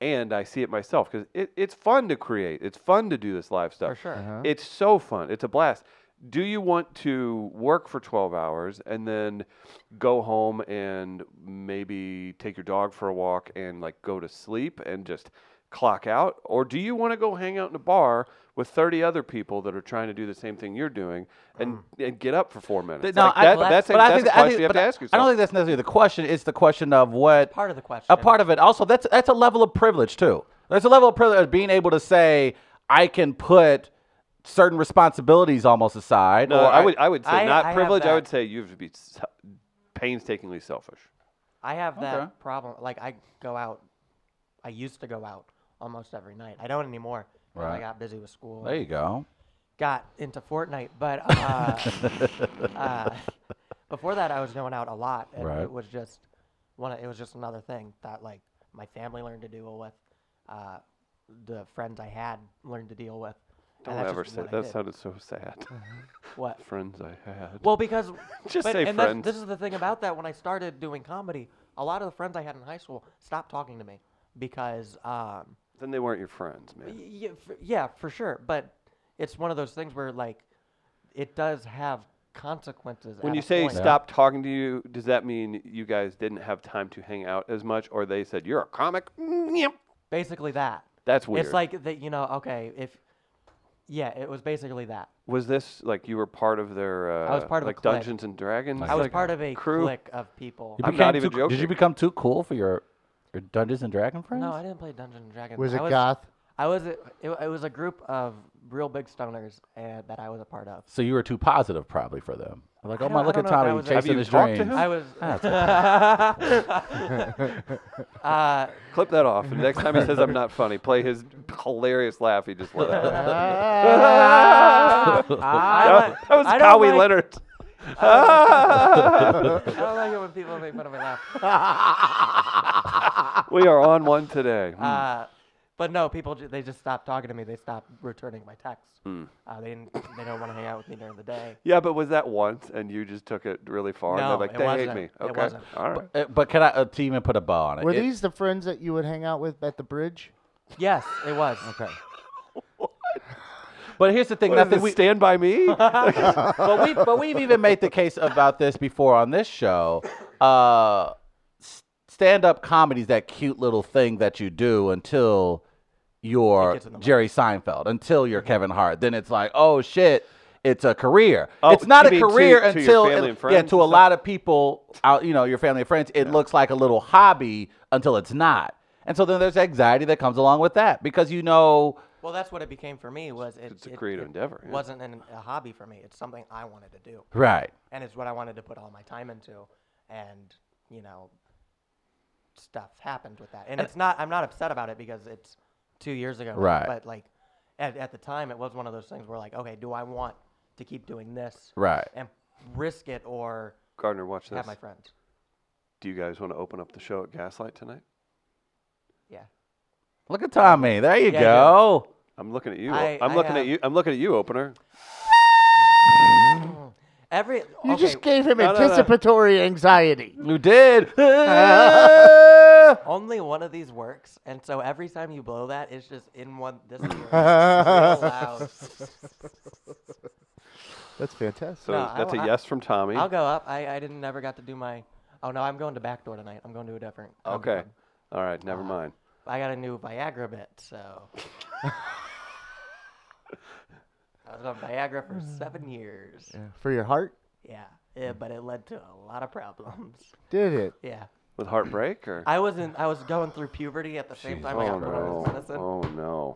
Speaker 2: and I see it myself because it, it's fun to create, it's fun to do this live stuff.
Speaker 3: For sure. Uh-huh.
Speaker 2: It's so fun, it's a blast. Do you want to work for 12 hours and then go home and maybe take your dog for a walk and like go to sleep and just clock out? Or do you want to go hang out in a bar with 30 other people that are trying to do the same thing you're doing and, and get up for four minutes?
Speaker 1: Mm. no,
Speaker 2: Like,
Speaker 1: I,
Speaker 2: that-
Speaker 1: but
Speaker 2: that's a,
Speaker 1: but I
Speaker 2: that's
Speaker 1: think
Speaker 2: a
Speaker 1: that- I
Speaker 2: question
Speaker 1: think-
Speaker 2: you have
Speaker 1: but
Speaker 2: to ask yourself.
Speaker 1: I don't think that's necessarily the question. It's the question of what
Speaker 3: Part of the question.
Speaker 1: A part of it. Also, that's that's a level of privilege too. There's a level of privilege of being able to say I can put certain responsibilities almost aside.
Speaker 2: no,
Speaker 1: or
Speaker 2: I would, I would say
Speaker 3: I-
Speaker 2: not
Speaker 3: I have
Speaker 2: privilege. I
Speaker 3: that.
Speaker 2: would say you have to be s- painstakingly selfish.
Speaker 3: I have that
Speaker 1: Okay.
Speaker 3: problem. Like I go out. I used to go out almost every night. I don't anymore. 'cause I
Speaker 1: Right.
Speaker 3: got busy with school.
Speaker 1: There you go.
Speaker 3: got into Fortnite, but uh, uh, before that, I was going out a lot, and
Speaker 1: Right.
Speaker 3: it was just one. It was just another thing that like my family learned to deal with, uh, the friends I had learned to deal with.
Speaker 2: Don't
Speaker 3: and that's
Speaker 2: ever
Speaker 3: just
Speaker 2: say
Speaker 3: what I
Speaker 2: that.
Speaker 3: did.
Speaker 2: Sounded so sad.
Speaker 1: Mm-hmm.
Speaker 3: What?
Speaker 2: Friends I had.
Speaker 3: Well, because
Speaker 2: Just
Speaker 3: but-
Speaker 2: say
Speaker 3: and that's-
Speaker 2: friends.
Speaker 3: This is the thing about that. When I started doing comedy, a lot of the friends I had in high school stopped talking to me because. Um,
Speaker 2: then they weren't your friends, man.
Speaker 3: Y- Yeah, for, yeah, for sure. But it's one of those things where like it does have consequences.
Speaker 2: When
Speaker 3: at
Speaker 2: you
Speaker 3: a
Speaker 2: say
Speaker 3: point.
Speaker 2: stop talking to you, does that mean you guys didn't have time to hang out as much, or they said you're a comic? Yep.
Speaker 3: basically that.
Speaker 2: That's weird.
Speaker 3: It's like that. You know, okay, if yeah, it was basically that.
Speaker 2: was this like you were part of their? Uh,
Speaker 3: was part of a
Speaker 2: like
Speaker 3: clique.
Speaker 2: Dungeons and Dragons.
Speaker 1: I
Speaker 3: I was
Speaker 2: like,
Speaker 3: part of a
Speaker 2: crew.
Speaker 3: clique of people.
Speaker 1: You
Speaker 2: I'm
Speaker 1: became
Speaker 2: not even
Speaker 1: too cool- Did you
Speaker 2: joking.
Speaker 1: become too cool for your, your Dungeons and Dragon friends?
Speaker 3: No, I didn't play Dungeons and Dragons.
Speaker 4: Was
Speaker 3: I
Speaker 4: it goth?
Speaker 3: I was. A, it, it was a group of real big stoners uh, that I was a part of.
Speaker 1: So you were too positive probably for them. Like, oh
Speaker 3: don't-
Speaker 1: my,
Speaker 3: I
Speaker 1: look
Speaker 3: don't
Speaker 1: at
Speaker 3: know if I
Speaker 1: Tommy
Speaker 3: was a-
Speaker 2: Have
Speaker 1: chasing
Speaker 2: you
Speaker 1: his
Speaker 2: talked to
Speaker 1: dreams.
Speaker 2: him?
Speaker 3: I was.
Speaker 2: Ah,
Speaker 1: That's
Speaker 3: uh,
Speaker 2: Clip that off. And next time he says I'm not funny, play his hilarious laugh he just let out.
Speaker 3: I
Speaker 2: that,
Speaker 3: like-
Speaker 2: that was
Speaker 3: I don't
Speaker 2: Howie
Speaker 3: like-
Speaker 2: Leonard.
Speaker 3: I don't like it when people make fun of my laugh.
Speaker 2: we are on one today. Hmm.
Speaker 3: Uh, but no, people ju- they just stopped talking to me. They stopped returning my texts.
Speaker 2: Hmm.
Speaker 3: Uh, they didn't, they don't want to hang out with me during the day.
Speaker 2: yeah, but was that once and you just took it really far?
Speaker 3: No,
Speaker 2: and they're like,
Speaker 3: it
Speaker 2: they hate
Speaker 3: wasn't.
Speaker 2: me.
Speaker 3: It
Speaker 2: Okay.
Speaker 3: wasn't.
Speaker 2: All right.
Speaker 1: Uh, but can I uh, team and put a bow on it?
Speaker 4: Were
Speaker 1: It-
Speaker 4: these the friends that you would hang out with at the bridge?
Speaker 3: Yes, it was.
Speaker 4: Okay.
Speaker 1: but here's the thing.
Speaker 2: What is
Speaker 1: Nothing
Speaker 2: this,
Speaker 1: we,
Speaker 2: stand by me?
Speaker 1: but we but we've even made the case about this before on this show. Uh, stand up comedy's that cute little thing that you do until you're
Speaker 3: gets in the way.
Speaker 1: Jerry Seinfeld, until
Speaker 2: Mm-hmm.
Speaker 1: you're Kevin Hart. Then it's like, oh shit. It's a career.
Speaker 2: Oh,
Speaker 1: it's not
Speaker 2: you
Speaker 1: a
Speaker 2: mean to-
Speaker 1: career
Speaker 2: to your
Speaker 1: until
Speaker 2: family and
Speaker 1: yeah.
Speaker 2: friends
Speaker 1: To a
Speaker 2: and stuff?
Speaker 1: lot of people out, you know, your family and friends, it looks like a little hobby until it's not. And so then there's anxiety that comes along with that because you know
Speaker 3: Well, that's what it became for me. Was it,
Speaker 2: It's a
Speaker 3: it-
Speaker 2: creative
Speaker 3: it
Speaker 2: endeavor, yeah.
Speaker 3: Wasn't an, a hobby for me. It's something I wanted to do,
Speaker 1: right.
Speaker 3: and it's what I wanted to put all my time into, and you know, stuff happened with that. And, it's not. I'm not upset about it because it's two years ago.
Speaker 1: Right.
Speaker 3: But like, at, at the time, it was one of those things where like, okay, do I want to keep doing this?
Speaker 1: Right.
Speaker 3: And risk it or
Speaker 2: Gardner, watch this.
Speaker 3: have my friends.
Speaker 2: Do you guys want to open up the show at Gaslight tonight?
Speaker 3: Yeah.
Speaker 1: Look at Tommy. There you
Speaker 3: Yeah, I
Speaker 1: go.
Speaker 2: I'm looking at you.
Speaker 3: I-
Speaker 2: am
Speaker 3: I
Speaker 2: looking at
Speaker 3: have-
Speaker 2: you. I'm looking at you, opener.
Speaker 3: Every you
Speaker 4: You just gave him
Speaker 2: no, no.
Speaker 4: anticipatory anxiety.
Speaker 1: You did.
Speaker 3: only one of these works, and so every time you blow that, it's just in one. This is real loud.
Speaker 4: That's
Speaker 2: So
Speaker 4: fantastic.
Speaker 3: No,
Speaker 2: that's a
Speaker 3: I- I-
Speaker 2: yes from Tommy.
Speaker 3: I'll go up. I, I didn't never got to do my. Oh no, I'm going to backdoor tonight. I'm going to a different. comedy
Speaker 2: okay.
Speaker 3: club.
Speaker 2: All right.
Speaker 3: Uh,
Speaker 2: Never mind.
Speaker 3: I got a new Viagra bit, so. I was on Viagra for
Speaker 4: Mm.
Speaker 3: seven years. Yeah.
Speaker 4: For your heart?
Speaker 3: yeah, but it led to a lot of problems.
Speaker 4: Did it?
Speaker 3: Yeah,
Speaker 2: With heartbreak or?
Speaker 3: I wasn't. I was going through puberty at the same time I
Speaker 2: oh
Speaker 3: got put on
Speaker 2: no.
Speaker 3: this medicine.
Speaker 2: oh no.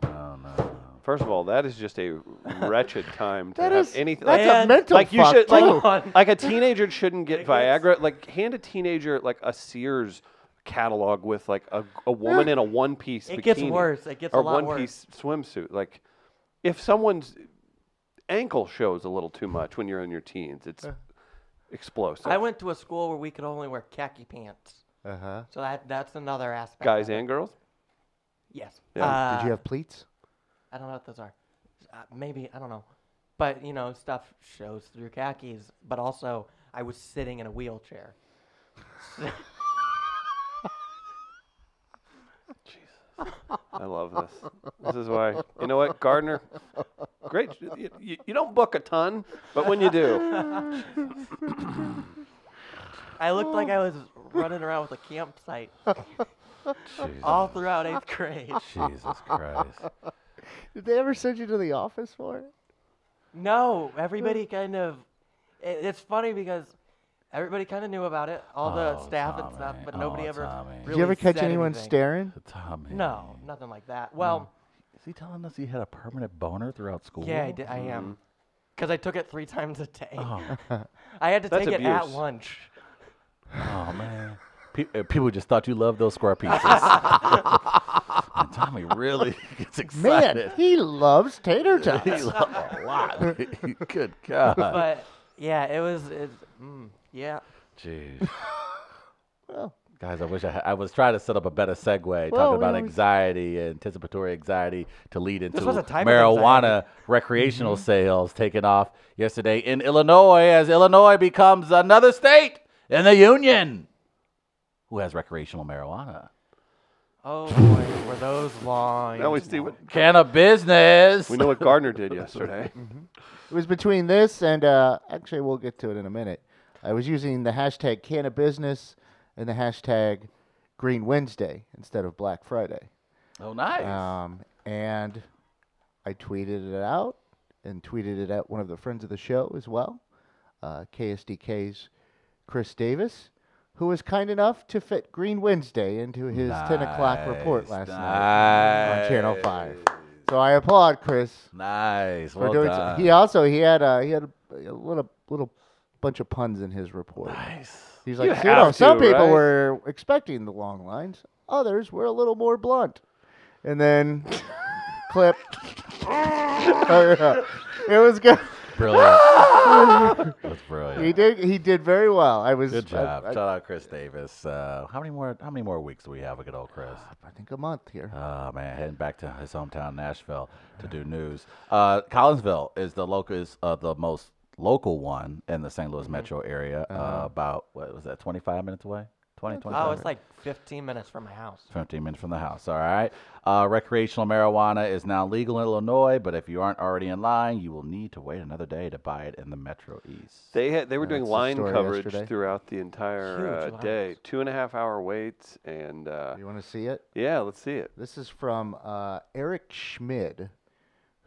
Speaker 2: First of all, that is just a wretched time to
Speaker 4: That
Speaker 2: have
Speaker 4: is-
Speaker 2: anything.
Speaker 4: that's
Speaker 3: a And-
Speaker 4: mental
Speaker 2: like you
Speaker 4: fuck,
Speaker 2: should
Speaker 4: too.
Speaker 2: like,
Speaker 3: on.
Speaker 2: like a teenager shouldn't get
Speaker 3: It gets-
Speaker 2: Viagra. Like hand a teenager like a Sears catalog with like a, a woman in a one piece.
Speaker 3: It gets worse. It gets a
Speaker 2: or
Speaker 3: lot
Speaker 2: one piece swimsuit. Like if someone's ankle shows a little too much when you're in your teens, it's explosive.
Speaker 3: I went to a school where we could only wear khaki pants,
Speaker 4: Uh huh.
Speaker 3: so that that's another aspect.
Speaker 2: guys eh?
Speaker 3: of it.
Speaker 2: and girls.
Speaker 3: yes.
Speaker 2: Yeah.
Speaker 4: Did
Speaker 3: Uh,
Speaker 4: you have pleats?
Speaker 3: I don't know what those are. Uh, maybe I don't know, but you know, stuff shows through khakis. But also, I was sitting in a wheelchair.
Speaker 2: I love this. This is why. You know what, Gardner? Great. You, you, you don't book a ton, but when you do,
Speaker 3: I looked like I was running around with a campsite all throughout eighth grade.
Speaker 1: Jesus Christ.
Speaker 4: Did they ever send you to the office for it?
Speaker 3: No, everybody kind of. It, it's funny because everybody kind of knew about it, all the
Speaker 1: Oh,
Speaker 3: staff and stuff,
Speaker 1: Tommy.
Speaker 3: but nobody
Speaker 1: Oh,
Speaker 3: ever.
Speaker 1: Tommy. Did
Speaker 4: Did
Speaker 3: Really
Speaker 4: you ever catch
Speaker 3: said
Speaker 4: anyone
Speaker 3: anything.
Speaker 4: staring?
Speaker 1: Tommy.
Speaker 3: No, nothing like that. Well.
Speaker 1: Is he telling us he had a permanent boner throughout
Speaker 4: Mm-hmm.
Speaker 1: school?
Speaker 3: Yeah, I, did, I am. Because I took it three times a day.
Speaker 1: Oh,
Speaker 3: I had to
Speaker 2: That's
Speaker 3: take it at
Speaker 2: abuse.
Speaker 3: lunch.
Speaker 1: oh man. Pe- uh, people just thought you loved those square pizzas. and Tommy really gets
Speaker 4: Man,
Speaker 1: excited.
Speaker 4: he loves tater
Speaker 1: he
Speaker 4: tots.
Speaker 1: loved a lot. Good God.
Speaker 3: But yeah, it was. It, mm, yeah.
Speaker 1: Jeez. Guys, I wish I had. I was trying to set up a better segue,
Speaker 4: Well,
Speaker 1: talking about
Speaker 4: we- we-
Speaker 1: anxiety, anticipatory anxiety to lead into
Speaker 3: was a type of Mm-hmm.
Speaker 1: marijuana recreational sales taking off yesterday in Illinois as Illinois becomes another state in the Union who has recreational marijuana.
Speaker 3: Oh boy, were those lines.
Speaker 2: Now we see what
Speaker 1: Can of business.
Speaker 2: we know what Gardner did yesterday.
Speaker 4: Mm-hmm. It was between this and uh, actually, we'll get to it in a minute. I was using the hashtag can of business and the hashtag Green Wednesday instead of Black Friday.
Speaker 1: Oh, nice.
Speaker 4: Um, and I tweeted it out and tweeted it at one of the friends of the show as well, uh, KSDK's Chris Davis, who was kind enough to fit Green Wednesday into his 10 o'clock report
Speaker 1: Nice,
Speaker 4: last night on Channel 5. So I applaud Chris
Speaker 1: nice.
Speaker 4: for
Speaker 1: Well
Speaker 4: doing so.
Speaker 1: done.
Speaker 4: He also he had a, he had a, a little little bunch of puns in his report.
Speaker 1: nice.
Speaker 4: He's
Speaker 2: You
Speaker 4: like, you know,
Speaker 2: have
Speaker 4: some
Speaker 2: to,
Speaker 4: people
Speaker 2: right?"
Speaker 4: were expecting the long lines, others were a little more blunt. And then clip. Oh, yeah. It was good.
Speaker 1: Brilliant. That's brilliant.
Speaker 4: He did he did very well. I was
Speaker 1: Good
Speaker 4: I-
Speaker 1: job.
Speaker 4: I,
Speaker 1: Shout out Chris Davis. Uh, how many more how many more weeks do we have with good old Chris?
Speaker 4: I think a month here.
Speaker 1: Oh man, heading back to his hometown Nashville to do news. Uh, Collinsville is the local is uh, the most local one in the St. Louis metro area. Uh, about what was that? 25 minutes away? 20 25
Speaker 3: Oh, it's like 15 minutes from my house.
Speaker 1: 15 minutes from the house. All right. Uh, recreational marijuana is now legal in Illinois, but if you aren't already in line, you will need to wait another day to buy it in the Metro East.
Speaker 2: They had, they were doing
Speaker 4: that's the
Speaker 2: line
Speaker 4: story
Speaker 2: coverage
Speaker 4: yesterday.
Speaker 2: throughout the entire uh,
Speaker 3: Huge lines.
Speaker 2: day. Two and a half hour waits, and uh,
Speaker 4: You wanna see it?
Speaker 2: yeah, let's see it.
Speaker 4: This is from uh, Eric Schmid,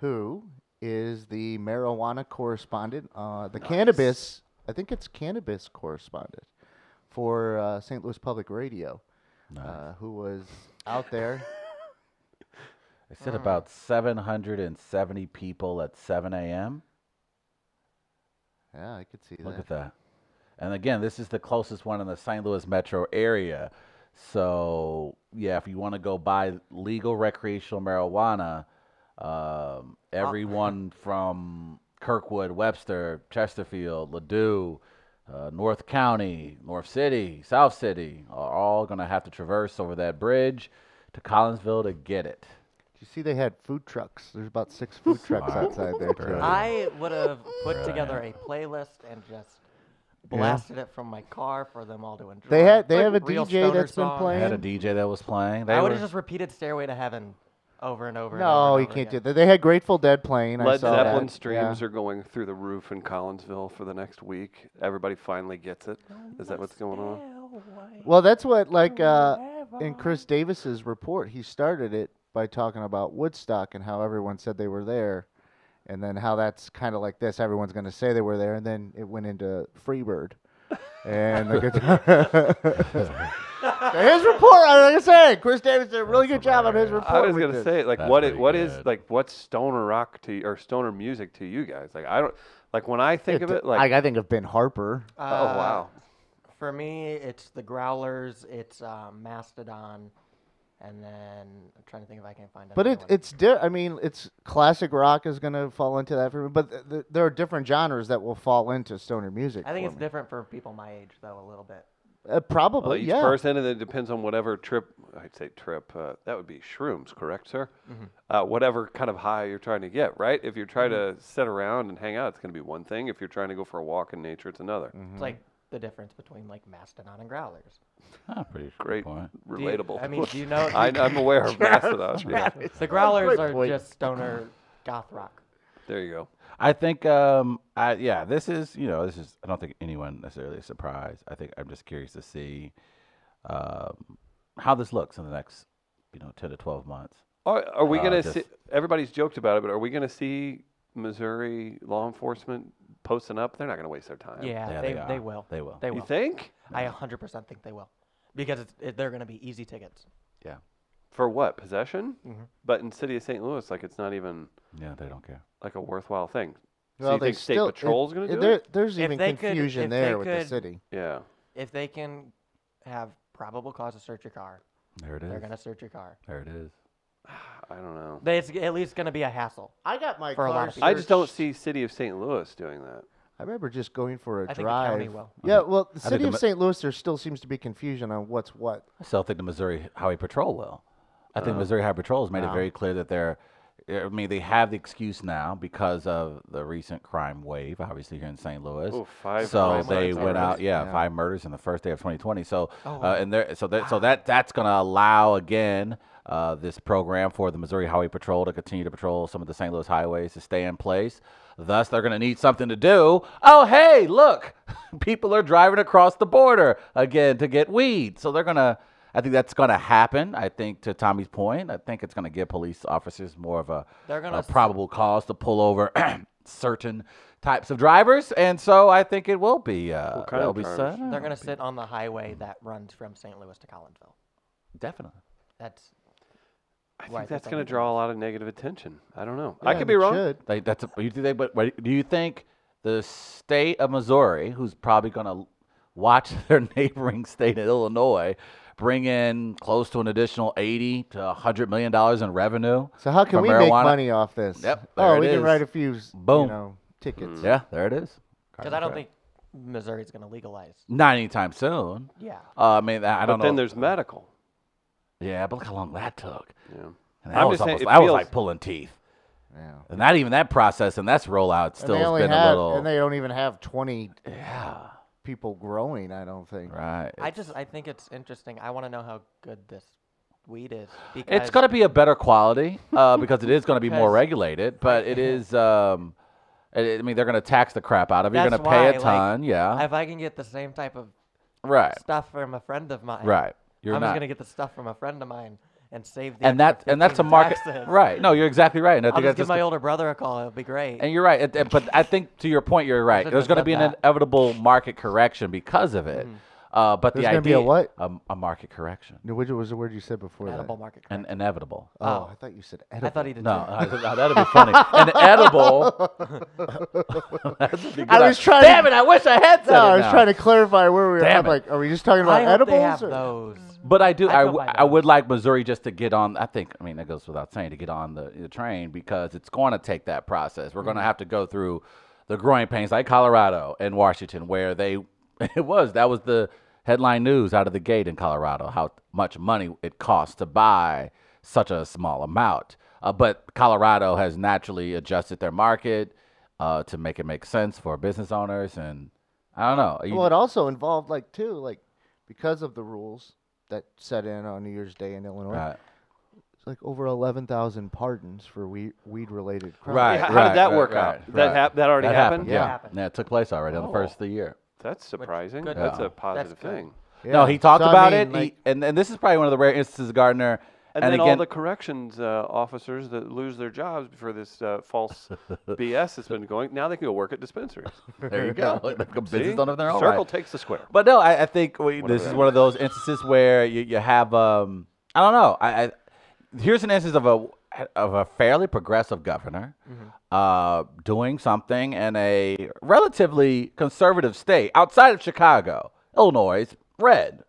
Speaker 4: who is the marijuana correspondent, uh, the cannabis, I think it's cannabis correspondent for uh, St. Louis Public Radio, uh, who was out there.
Speaker 1: They said about 770 people at 7 a.m.
Speaker 4: yeah, I could see
Speaker 1: Look
Speaker 4: that.
Speaker 1: at that. And again, this is the closest one in the St. Louis metro area. So, yeah, if you want to go buy legal recreational marijuana,
Speaker 3: Ah.
Speaker 1: um, everyone from Kirkwood, Webster, Chesterfield, Ladue, uh, North County, North City, South City are all going to have to traverse over that bridge to Collinsville to get it.
Speaker 4: Did you see they had food trucks? There's about six food trucks
Speaker 1: Smart.
Speaker 4: outside there, too.
Speaker 1: Brilliant.
Speaker 3: I would have put together a playlist and just blasted it from my car for them all to enjoy.
Speaker 4: They had they
Speaker 3: Like
Speaker 4: have a
Speaker 3: real
Speaker 4: DJ
Speaker 3: stoner
Speaker 4: that's been
Speaker 3: songs.
Speaker 1: They had a
Speaker 4: playing.
Speaker 1: DJ that was playing. They
Speaker 3: I
Speaker 1: were-
Speaker 3: would have just repeated "Stairway to Heaven" over and over. and
Speaker 4: No,
Speaker 3: over
Speaker 4: you
Speaker 3: and over
Speaker 4: can't do
Speaker 3: again.
Speaker 4: that. They had Grateful Dead playing. I
Speaker 2: Led
Speaker 4: saw
Speaker 2: Zeppelin
Speaker 4: that.
Speaker 2: streams are going through the roof in Collinsville for the next week. Everybody finally gets it.
Speaker 4: Oh,
Speaker 2: Is that what's going on?
Speaker 4: Well, that's what like uh, in Chris Davis's report, he started it by talking about Woodstock and how everyone said they were there, and then how that's kind of like this: everyone's going to say they were there, and then it went into Freebird. and the guitar. his report, like I said, Chris Davis did a really good job on his
Speaker 1: hilarious.
Speaker 4: report.
Speaker 2: I was
Speaker 4: with
Speaker 2: gonna
Speaker 4: this.
Speaker 2: say like
Speaker 1: That's
Speaker 2: what it
Speaker 1: pretty
Speaker 2: what is
Speaker 1: good.
Speaker 2: like what's stoner rock to or stoner music to you guys? Like I don't like when I think of
Speaker 4: d-
Speaker 2: it like
Speaker 4: I, I think of Ben Harper.
Speaker 2: oh
Speaker 3: Uh,
Speaker 2: wow
Speaker 3: For me, it's the Growlers, it's um, Mastodon, and then I'm trying to think if I can find.
Speaker 4: But it
Speaker 3: another one.
Speaker 4: it's di- I mean, it's classic rock is gonna fall into that for me. But th- th- there are different genres that will fall into stoner music.
Speaker 3: I think
Speaker 4: for
Speaker 3: it's
Speaker 4: me.
Speaker 3: different for people my age though a little bit.
Speaker 4: Uh, probably,
Speaker 2: Well, each
Speaker 4: yeah.
Speaker 2: person, and then it depends on whatever trip. I'd say trip. Uh, that would be shrooms, correct, sir? Uh, whatever kind of high you're trying to get, right? If you're trying to sit around and hang out, it's going to be one thing. If you're trying to go for a walk in nature, it's another.
Speaker 1: Mm,
Speaker 3: It's like the difference between like Mastodon and Growlers.
Speaker 1: Ah, pretty
Speaker 2: Great,
Speaker 1: point.
Speaker 3: Do you-
Speaker 2: relatable.
Speaker 3: I mean, do you know?
Speaker 2: I, am aware of Mastodon. yeah.
Speaker 3: the Growlers
Speaker 4: Great
Speaker 3: are
Speaker 4: point.
Speaker 3: just stoner goth rock.
Speaker 2: There you go.
Speaker 1: I think, um, I yeah, this is you know, this is. I don't think anyone necessarily is surprised. I think I'm just curious to see um, how this looks in the next, you know, ten to twelve months.
Speaker 2: Are, are we
Speaker 1: Uh,
Speaker 2: going to
Speaker 1: just-
Speaker 2: see? Everybody's joked about it, but are we going to see Missouri law enforcement posting up? They're not going to waste their time.
Speaker 3: Yeah,
Speaker 1: Yeah,
Speaker 3: they,
Speaker 1: they
Speaker 3: they,
Speaker 1: are.
Speaker 3: will.
Speaker 1: They will.
Speaker 3: They will.
Speaker 2: You think?
Speaker 3: I 100% think they will, because it's, it, they're going to be easy tickets.
Speaker 1: Yeah,
Speaker 2: For what possession?
Speaker 3: Mm-hmm.
Speaker 2: But in city of St. Louis, like it's not even
Speaker 1: yeah, they don't care.
Speaker 2: like a worthwhile thing.
Speaker 4: Well,
Speaker 2: so you
Speaker 4: they
Speaker 2: think state
Speaker 4: still-
Speaker 2: patrol's
Speaker 4: it-
Speaker 2: going
Speaker 4: it-
Speaker 2: to do
Speaker 4: there-
Speaker 2: it?
Speaker 4: There's
Speaker 3: If
Speaker 4: even
Speaker 3: they could-
Speaker 4: confusion
Speaker 3: if they
Speaker 4: there with the
Speaker 3: could-
Speaker 4: city.
Speaker 2: Yeah.
Speaker 3: If they can have probable cause to search your car.
Speaker 1: There it
Speaker 3: They're
Speaker 1: is.
Speaker 3: gonna search your car.
Speaker 1: There it is.
Speaker 2: I don't know.
Speaker 3: They, it's at least gonna be a hassle.
Speaker 4: I got my
Speaker 3: For a lot
Speaker 4: car
Speaker 3: of people.
Speaker 2: I just don't
Speaker 4: searched.
Speaker 2: see City of St. Louis doing that.
Speaker 4: I remember just going for a
Speaker 3: I think the
Speaker 4: drive.
Speaker 3: county will.
Speaker 4: Yeah, well, the
Speaker 1: I think
Speaker 4: city
Speaker 1: the
Speaker 4: of
Speaker 1: mi-
Speaker 4: St. Louis, there still seems to be confusion on what's what.
Speaker 1: I still think the Missouri Highway Patrol will. I think Missouri Highway Patrol has made it very clear that they're. I mean, they have the excuse now because of the recent crime wave, obviously here in St. Louis.
Speaker 2: Oh, five
Speaker 1: so
Speaker 2: crime
Speaker 1: they
Speaker 2: murders
Speaker 1: went
Speaker 2: already.
Speaker 1: out, yeah, five murders in the first day of 2020. So, uh,
Speaker 3: Oh, wow.
Speaker 1: and there, so that, so that that's going to allow again uh, this program for the Missouri Highway Patrol to continue to patrol some of the St. Louis highways to stay in place. Thus, they're going to need something to do. Oh, hey, look, people are driving across the border again to get weed. So they're going to. I think that's going to happen. I think to Tommy's point, I think it's going to give police officers more of a,
Speaker 3: They're gonna
Speaker 1: a
Speaker 3: s-
Speaker 1: probable cause to pull over certain types of drivers, and so I think it will be. Uh,
Speaker 2: What kind
Speaker 1: that'll
Speaker 2: of
Speaker 1: be
Speaker 2: drivers?
Speaker 1: said.
Speaker 3: They're gonna sit on the highway that runs from St. Louis to Collinsville.
Speaker 1: definitely.
Speaker 3: That's
Speaker 2: I
Speaker 3: Right,
Speaker 2: think that's
Speaker 3: that's
Speaker 2: going to
Speaker 3: on the
Speaker 2: draw a lot of negative attention. I don't know. I
Speaker 4: Yeah,
Speaker 2: could be
Speaker 4: it
Speaker 2: wrong.
Speaker 4: should.
Speaker 1: They, that's a, you think they, but wait, do you think the state of Missouri, who's probably going to watch their neighboring state of Illinois, bring in close to an additional eighty to hundred million dollars in revenue?
Speaker 4: So how can
Speaker 1: from
Speaker 4: we make
Speaker 1: marijuana?
Speaker 4: money off this?
Speaker 1: Yep, there
Speaker 4: Oh,
Speaker 1: it
Speaker 4: we
Speaker 1: is.
Speaker 4: can write a few, s-
Speaker 1: Boom.
Speaker 4: you know,
Speaker 2: Hmm.
Speaker 4: tickets.
Speaker 1: Yeah, there it is.
Speaker 3: because I don't think Missouri's gonna legalize.
Speaker 1: not anytime soon.
Speaker 3: Yeah.
Speaker 1: Uh, I mean, I I
Speaker 2: But
Speaker 1: don't know.
Speaker 2: then there's medical.
Speaker 1: yeah, but look how long that took.
Speaker 2: Yeah.
Speaker 1: And that
Speaker 2: I'm
Speaker 1: was
Speaker 2: just saying,
Speaker 1: almost,
Speaker 2: it
Speaker 1: that was
Speaker 2: feels-
Speaker 1: like pulling teeth.
Speaker 4: Yeah.
Speaker 1: And not even that process and that's rollout
Speaker 4: And
Speaker 1: still
Speaker 4: they
Speaker 1: has
Speaker 4: only
Speaker 1: been
Speaker 4: have,
Speaker 1: a little.
Speaker 4: and they don't even have 20
Speaker 1: yeah,
Speaker 4: people growing, I don't think.
Speaker 1: right.
Speaker 3: I just I think it's interesting. I want to know how good this weed is because
Speaker 1: It's going to be a better quality uh, because it is going to be more
Speaker 3: Because-
Speaker 1: regulated, but it is. Um, I I mean, they're going to tax the crap out of it. You're going
Speaker 3: That's
Speaker 1: to pay
Speaker 3: why,
Speaker 1: a
Speaker 3: like,
Speaker 1: ton. yeah.
Speaker 3: if I can get the same type of
Speaker 1: right.
Speaker 3: stuff from a friend of mine,
Speaker 1: Right. You're
Speaker 3: I'm
Speaker 1: not.
Speaker 3: just gonna get the stuff from a friend of mine and save the
Speaker 1: and that
Speaker 3: extra
Speaker 1: and that's a
Speaker 3: 15
Speaker 1: market.
Speaker 3: taxes.
Speaker 1: Right. No, you're exactly right. And I
Speaker 3: I'll
Speaker 1: think
Speaker 3: just
Speaker 1: that's
Speaker 3: give
Speaker 1: just
Speaker 3: my older brother a call. It'll be great.
Speaker 1: And you're right. It- it- but I think to your point, you're right.
Speaker 3: shouldn't
Speaker 1: There's
Speaker 3: have
Speaker 1: going to
Speaker 3: said
Speaker 1: be an
Speaker 3: that.
Speaker 1: inevitable market correction because of
Speaker 3: Mm-hmm.
Speaker 1: it. Uh, but
Speaker 4: There's
Speaker 1: the
Speaker 4: gonna be a
Speaker 1: idea
Speaker 4: what?
Speaker 1: A, a market correction,
Speaker 4: No, Which was the word you said before
Speaker 3: edible
Speaker 4: that?
Speaker 3: market.
Speaker 1: an inevitable.
Speaker 4: Oh, I thought you said edible.
Speaker 3: I thought he did.
Speaker 1: No,
Speaker 3: too.
Speaker 1: I- no, that'd be funny. An edible. That'd be good.
Speaker 4: I was trying
Speaker 1: Damn
Speaker 4: to-
Speaker 1: it! I wish I had said
Speaker 4: No, I
Speaker 1: it
Speaker 4: was
Speaker 1: now.
Speaker 4: trying to clarify where we were.
Speaker 1: Damn
Speaker 4: I'm
Speaker 1: it.
Speaker 4: like, are we just talking about
Speaker 3: I hope
Speaker 4: edibles?
Speaker 3: they have
Speaker 4: or-
Speaker 3: those.
Speaker 1: But I do.
Speaker 3: I'd
Speaker 1: I,
Speaker 3: go
Speaker 1: w-
Speaker 3: buy
Speaker 1: I would
Speaker 3: those.
Speaker 1: like Missouri just to get on. I think. I mean, that goes without saying to get on the, the train because it's going to take that process. We're going to have to go through the growing pains like Colorado and Washington, where they it was that was the headline news out of the gate in Colorado how much money it costs to buy such a small amount. Uh, but Colorado has naturally adjusted their market uh, to make it make sense for business owners, and I don't know. You-
Speaker 4: Well, it also involved like too, like because of the rules that set in on New Year's Day in Illinois,
Speaker 1: right,
Speaker 4: it's like over eleven thousand pardons for weed weed related crimes.
Speaker 1: right.
Speaker 2: Yeah, how did that
Speaker 1: right,
Speaker 2: work
Speaker 1: right,
Speaker 2: out?
Speaker 1: right.
Speaker 2: That hap- that already
Speaker 1: That
Speaker 2: happened? Oh.
Speaker 1: Yeah.
Speaker 4: That
Speaker 3: happened.
Speaker 1: yeah, it took place already on the first of the year.
Speaker 2: That's surprising.
Speaker 3: good
Speaker 2: That's
Speaker 1: Yeah.
Speaker 2: a positive
Speaker 3: good.
Speaker 2: thing.
Speaker 1: No,
Speaker 4: Yeah.
Speaker 1: he talked
Speaker 4: So, I
Speaker 1: about
Speaker 4: mean,
Speaker 1: it, he-
Speaker 4: like-
Speaker 1: and and this is probably one of the rare instances, Gardner.
Speaker 2: And,
Speaker 1: And,
Speaker 2: then all
Speaker 1: again,
Speaker 2: the corrections uh, officers that lose their jobs for this uh, false BS that's been going, now they can go work at dispensaries.
Speaker 1: there you go. Like a
Speaker 2: See?
Speaker 1: business owner of their own
Speaker 2: Circle
Speaker 1: right.
Speaker 2: takes the square.
Speaker 1: But no, I, I think we, this is
Speaker 2: that
Speaker 1: one of those instances where you, you have um I don't know. I, I here's an instance of a of a fairly progressive governor uh, doing something in a relatively conservative state outside of Chicago, Illinois, is red.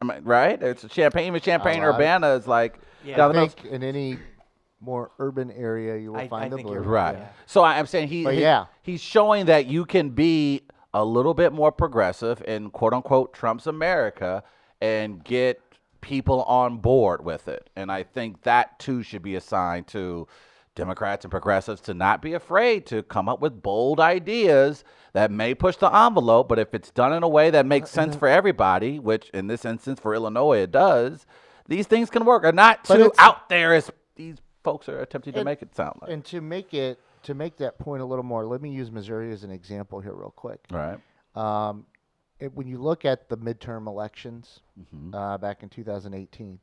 Speaker 1: I mean, right? It's Champaign, even Champaign
Speaker 4: lot.
Speaker 1: Urbana is like
Speaker 3: Yeah.
Speaker 1: down
Speaker 4: I
Speaker 1: the middle.
Speaker 4: think in any more urban area you will
Speaker 3: I- I
Speaker 4: find the
Speaker 3: think
Speaker 4: blue.
Speaker 3: you're
Speaker 1: Right.
Speaker 3: Yeah.
Speaker 1: So I, I'm saying he,
Speaker 4: But
Speaker 1: he-
Speaker 4: yeah.
Speaker 1: he's showing that you can be a little bit more progressive in quote unquote Trump's America and get people on board with it. And I think that too should be a sign to Democrats and progressives to not be afraid to come up with bold ideas that may push the envelope, but if it's done in a way that makes
Speaker 4: Uh-huh.
Speaker 1: sense for everybody, which in this instance for Illinois it does, these things can work. Are not
Speaker 4: But
Speaker 1: too
Speaker 4: it's-
Speaker 1: out there as these folks are attempting to
Speaker 4: And-
Speaker 1: make it sound like.
Speaker 4: And to make it to make that point a little more, let me use Missouri as an example here, real quick.
Speaker 1: Right.
Speaker 4: Um, it, when you look at the midterm elections uh, back in 2018,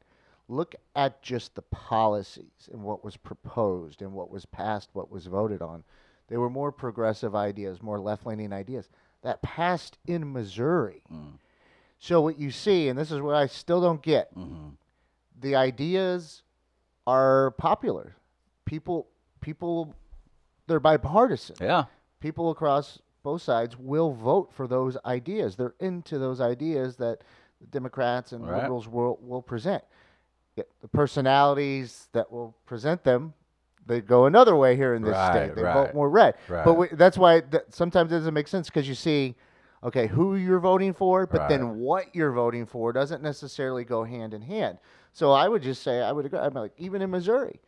Speaker 4: look at just the policies and what was proposed and what was passed, what was voted on. They were more progressive ideas, more left leaning ideas that passed in Missouri. So, what you see, and this is what I still don't get the ideas are popular. People, people, they're bipartisan
Speaker 1: Yeah.
Speaker 4: people across both sides will vote for those ideas. They're into those ideas that the Democrats and
Speaker 1: Right.
Speaker 4: liberals will, will present. Yet the personalities that will present them, they go another way here in this
Speaker 1: Right,
Speaker 4: state. They
Speaker 1: right,
Speaker 4: vote more red. But
Speaker 1: right.
Speaker 4: we, that's why th- sometimes it doesn't make sense because you see, okay, who you're voting for, but
Speaker 1: Right.
Speaker 4: then what you're voting for doesn't necessarily go hand in hand. So I would just say I would agree. I'm like even in Missouri,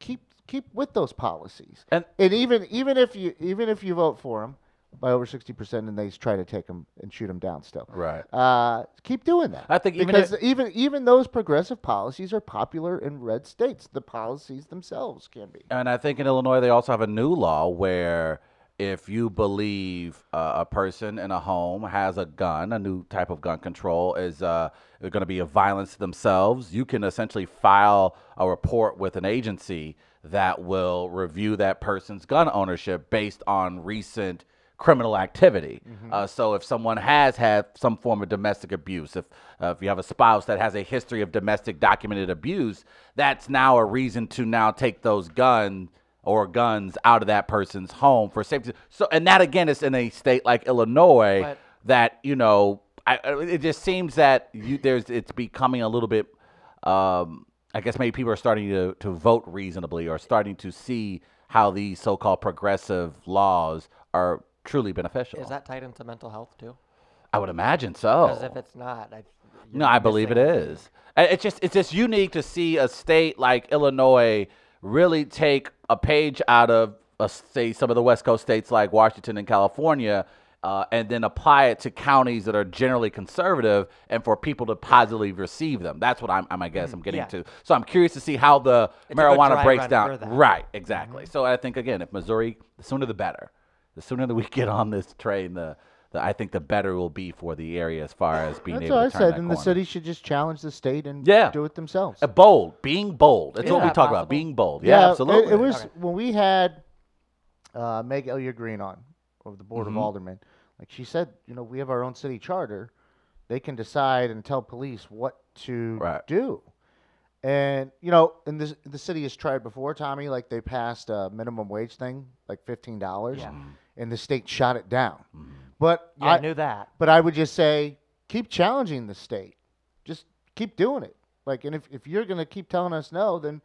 Speaker 4: keep keep with those policies.
Speaker 1: And-
Speaker 4: and even even if you even if you vote for them by over 60% and they try to take them and shoot them down still.
Speaker 1: Right.
Speaker 4: Uh, keep doing that.
Speaker 1: I think even
Speaker 4: because
Speaker 1: if-
Speaker 4: even even those progressive policies are popular in red states. The policies themselves can be.
Speaker 1: And I think in Illinois, they also have a new law where if you believe uh, a person in a home has a gun, a new type of gun control is uh, going to be a violence to themselves, you can essentially file a report with an agency that will review that person's gun ownership based on recent criminal activity. Uh, so if someone has had some form of domestic abuse, if uh, if you have a spouse that has a history of domestic documented abuse, that's now a reason to now take those guns or guns out of that person's home for safety. So and that again is in a state like Illinois
Speaker 3: But-
Speaker 1: that you know I, I- it just seems that you there's it's becoming a little bit um, I guess maybe people are starting to, to vote reasonably or starting to see how these so called progressive laws are truly beneficial.
Speaker 3: Is that tied into mental health too?
Speaker 1: I would imagine so.
Speaker 3: Because if it's not, I, you're
Speaker 1: Oh. No, I believe it
Speaker 3: missing-
Speaker 1: is. And It's just it's just unique to see a state like Illinois really take a page out of uh, say some of the West Coast states like Washington and California, uh, and then apply it to counties that are generally conservative, and for people to positively receive them. That's what I'm, I'm I guess I'm getting
Speaker 3: Mm, yeah.
Speaker 1: to. So I'm curious to see how the
Speaker 3: a good
Speaker 1: marijuana
Speaker 3: dry
Speaker 1: breaks
Speaker 3: run
Speaker 1: down.
Speaker 3: for that.
Speaker 1: Right, exactly.
Speaker 4: Mm-hmm.
Speaker 1: So I think again, if Missouri, the sooner the better. The sooner that we get on this train, the, the I think the better it will be for the area as far as being
Speaker 4: That's
Speaker 1: able
Speaker 4: what I
Speaker 1: to turn
Speaker 4: said.
Speaker 1: that
Speaker 4: And the
Speaker 1: corner.
Speaker 4: city should just challenge the state and
Speaker 1: Yeah.
Speaker 4: do it themselves.
Speaker 1: Uh, bold, being bold. That's
Speaker 3: Is
Speaker 1: what we
Speaker 3: that
Speaker 1: talk about.
Speaker 3: possible?
Speaker 1: Being bold. Yeah,
Speaker 4: it-
Speaker 1: absolutely.
Speaker 4: It, was
Speaker 3: Okay.
Speaker 4: when we had uh, Meg Elia Green on of the
Speaker 1: Mm-hmm.
Speaker 4: board of aldermen. Like she said, you know, we have our own city charter. They can decide and tell police what to
Speaker 1: Right.
Speaker 4: do. And you know, and this the city has tried before, Tommy. Like they passed a minimum wage thing, like fifteen dollars,
Speaker 1: Mm-hmm.
Speaker 4: and the state shot it down. But
Speaker 3: Yeah, I,
Speaker 4: I,
Speaker 3: knew that.
Speaker 4: but I would just say keep challenging the state. Just keep doing it. Like, and if, if you're going to keep telling us no, then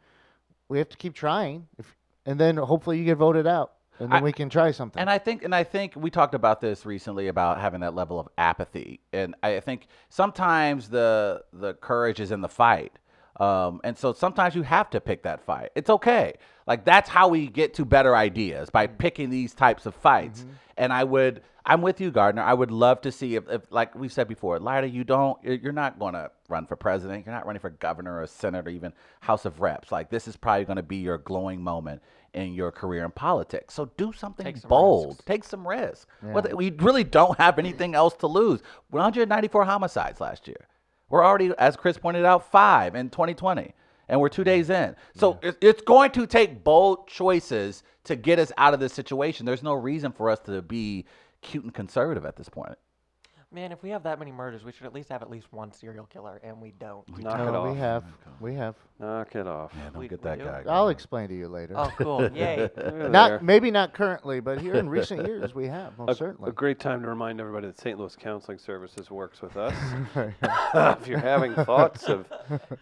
Speaker 4: we have to keep trying. If, and then hopefully you get voted out, and then we can try something.
Speaker 1: And I think, and I think we talked about this recently about having that level of apathy, and I think sometimes the the courage is in the fight, um, and so sometimes you have to pick that fight. It's okay. Like that's how we get to better ideas by picking these types of fights. And I would, I'm with you, Gardner. I would love to see if, if like we said before, Lyda, you don't, you're you're not going to run for president. You're not running for governor or senator, even House of Reps. Like this is probably going to be your glowing moment in your career in politics. So do something
Speaker 3: Take some
Speaker 1: bold.
Speaker 3: risks.
Speaker 1: Take some risk. Whether- we really don't have anything else to lose. 194 homicides last year. We're already, as Chris pointed out, five in 2020, and we're two days in. So it- it's going to take bold choices to get us out of this situation. There's no reason for us to be cute and conservative at this point.
Speaker 3: Man, if we have that many murders, we should at least have at least one serial killer, and we don't.
Speaker 2: Knock
Speaker 4: No,
Speaker 2: it off.
Speaker 4: we have. We have.
Speaker 2: Knock it off.
Speaker 1: Man, don't
Speaker 3: We-
Speaker 1: get
Speaker 3: we
Speaker 1: that
Speaker 3: do?
Speaker 1: guy.
Speaker 4: I'll
Speaker 1: going.
Speaker 4: explain to you later.
Speaker 3: Oh, cool! Yay!
Speaker 2: They're there.
Speaker 4: Not maybe not currently, but here in recent years we have most
Speaker 2: a,
Speaker 4: certainly.
Speaker 2: a great time to remind everybody that St. Louis Counseling Services works with us. if you're having thoughts of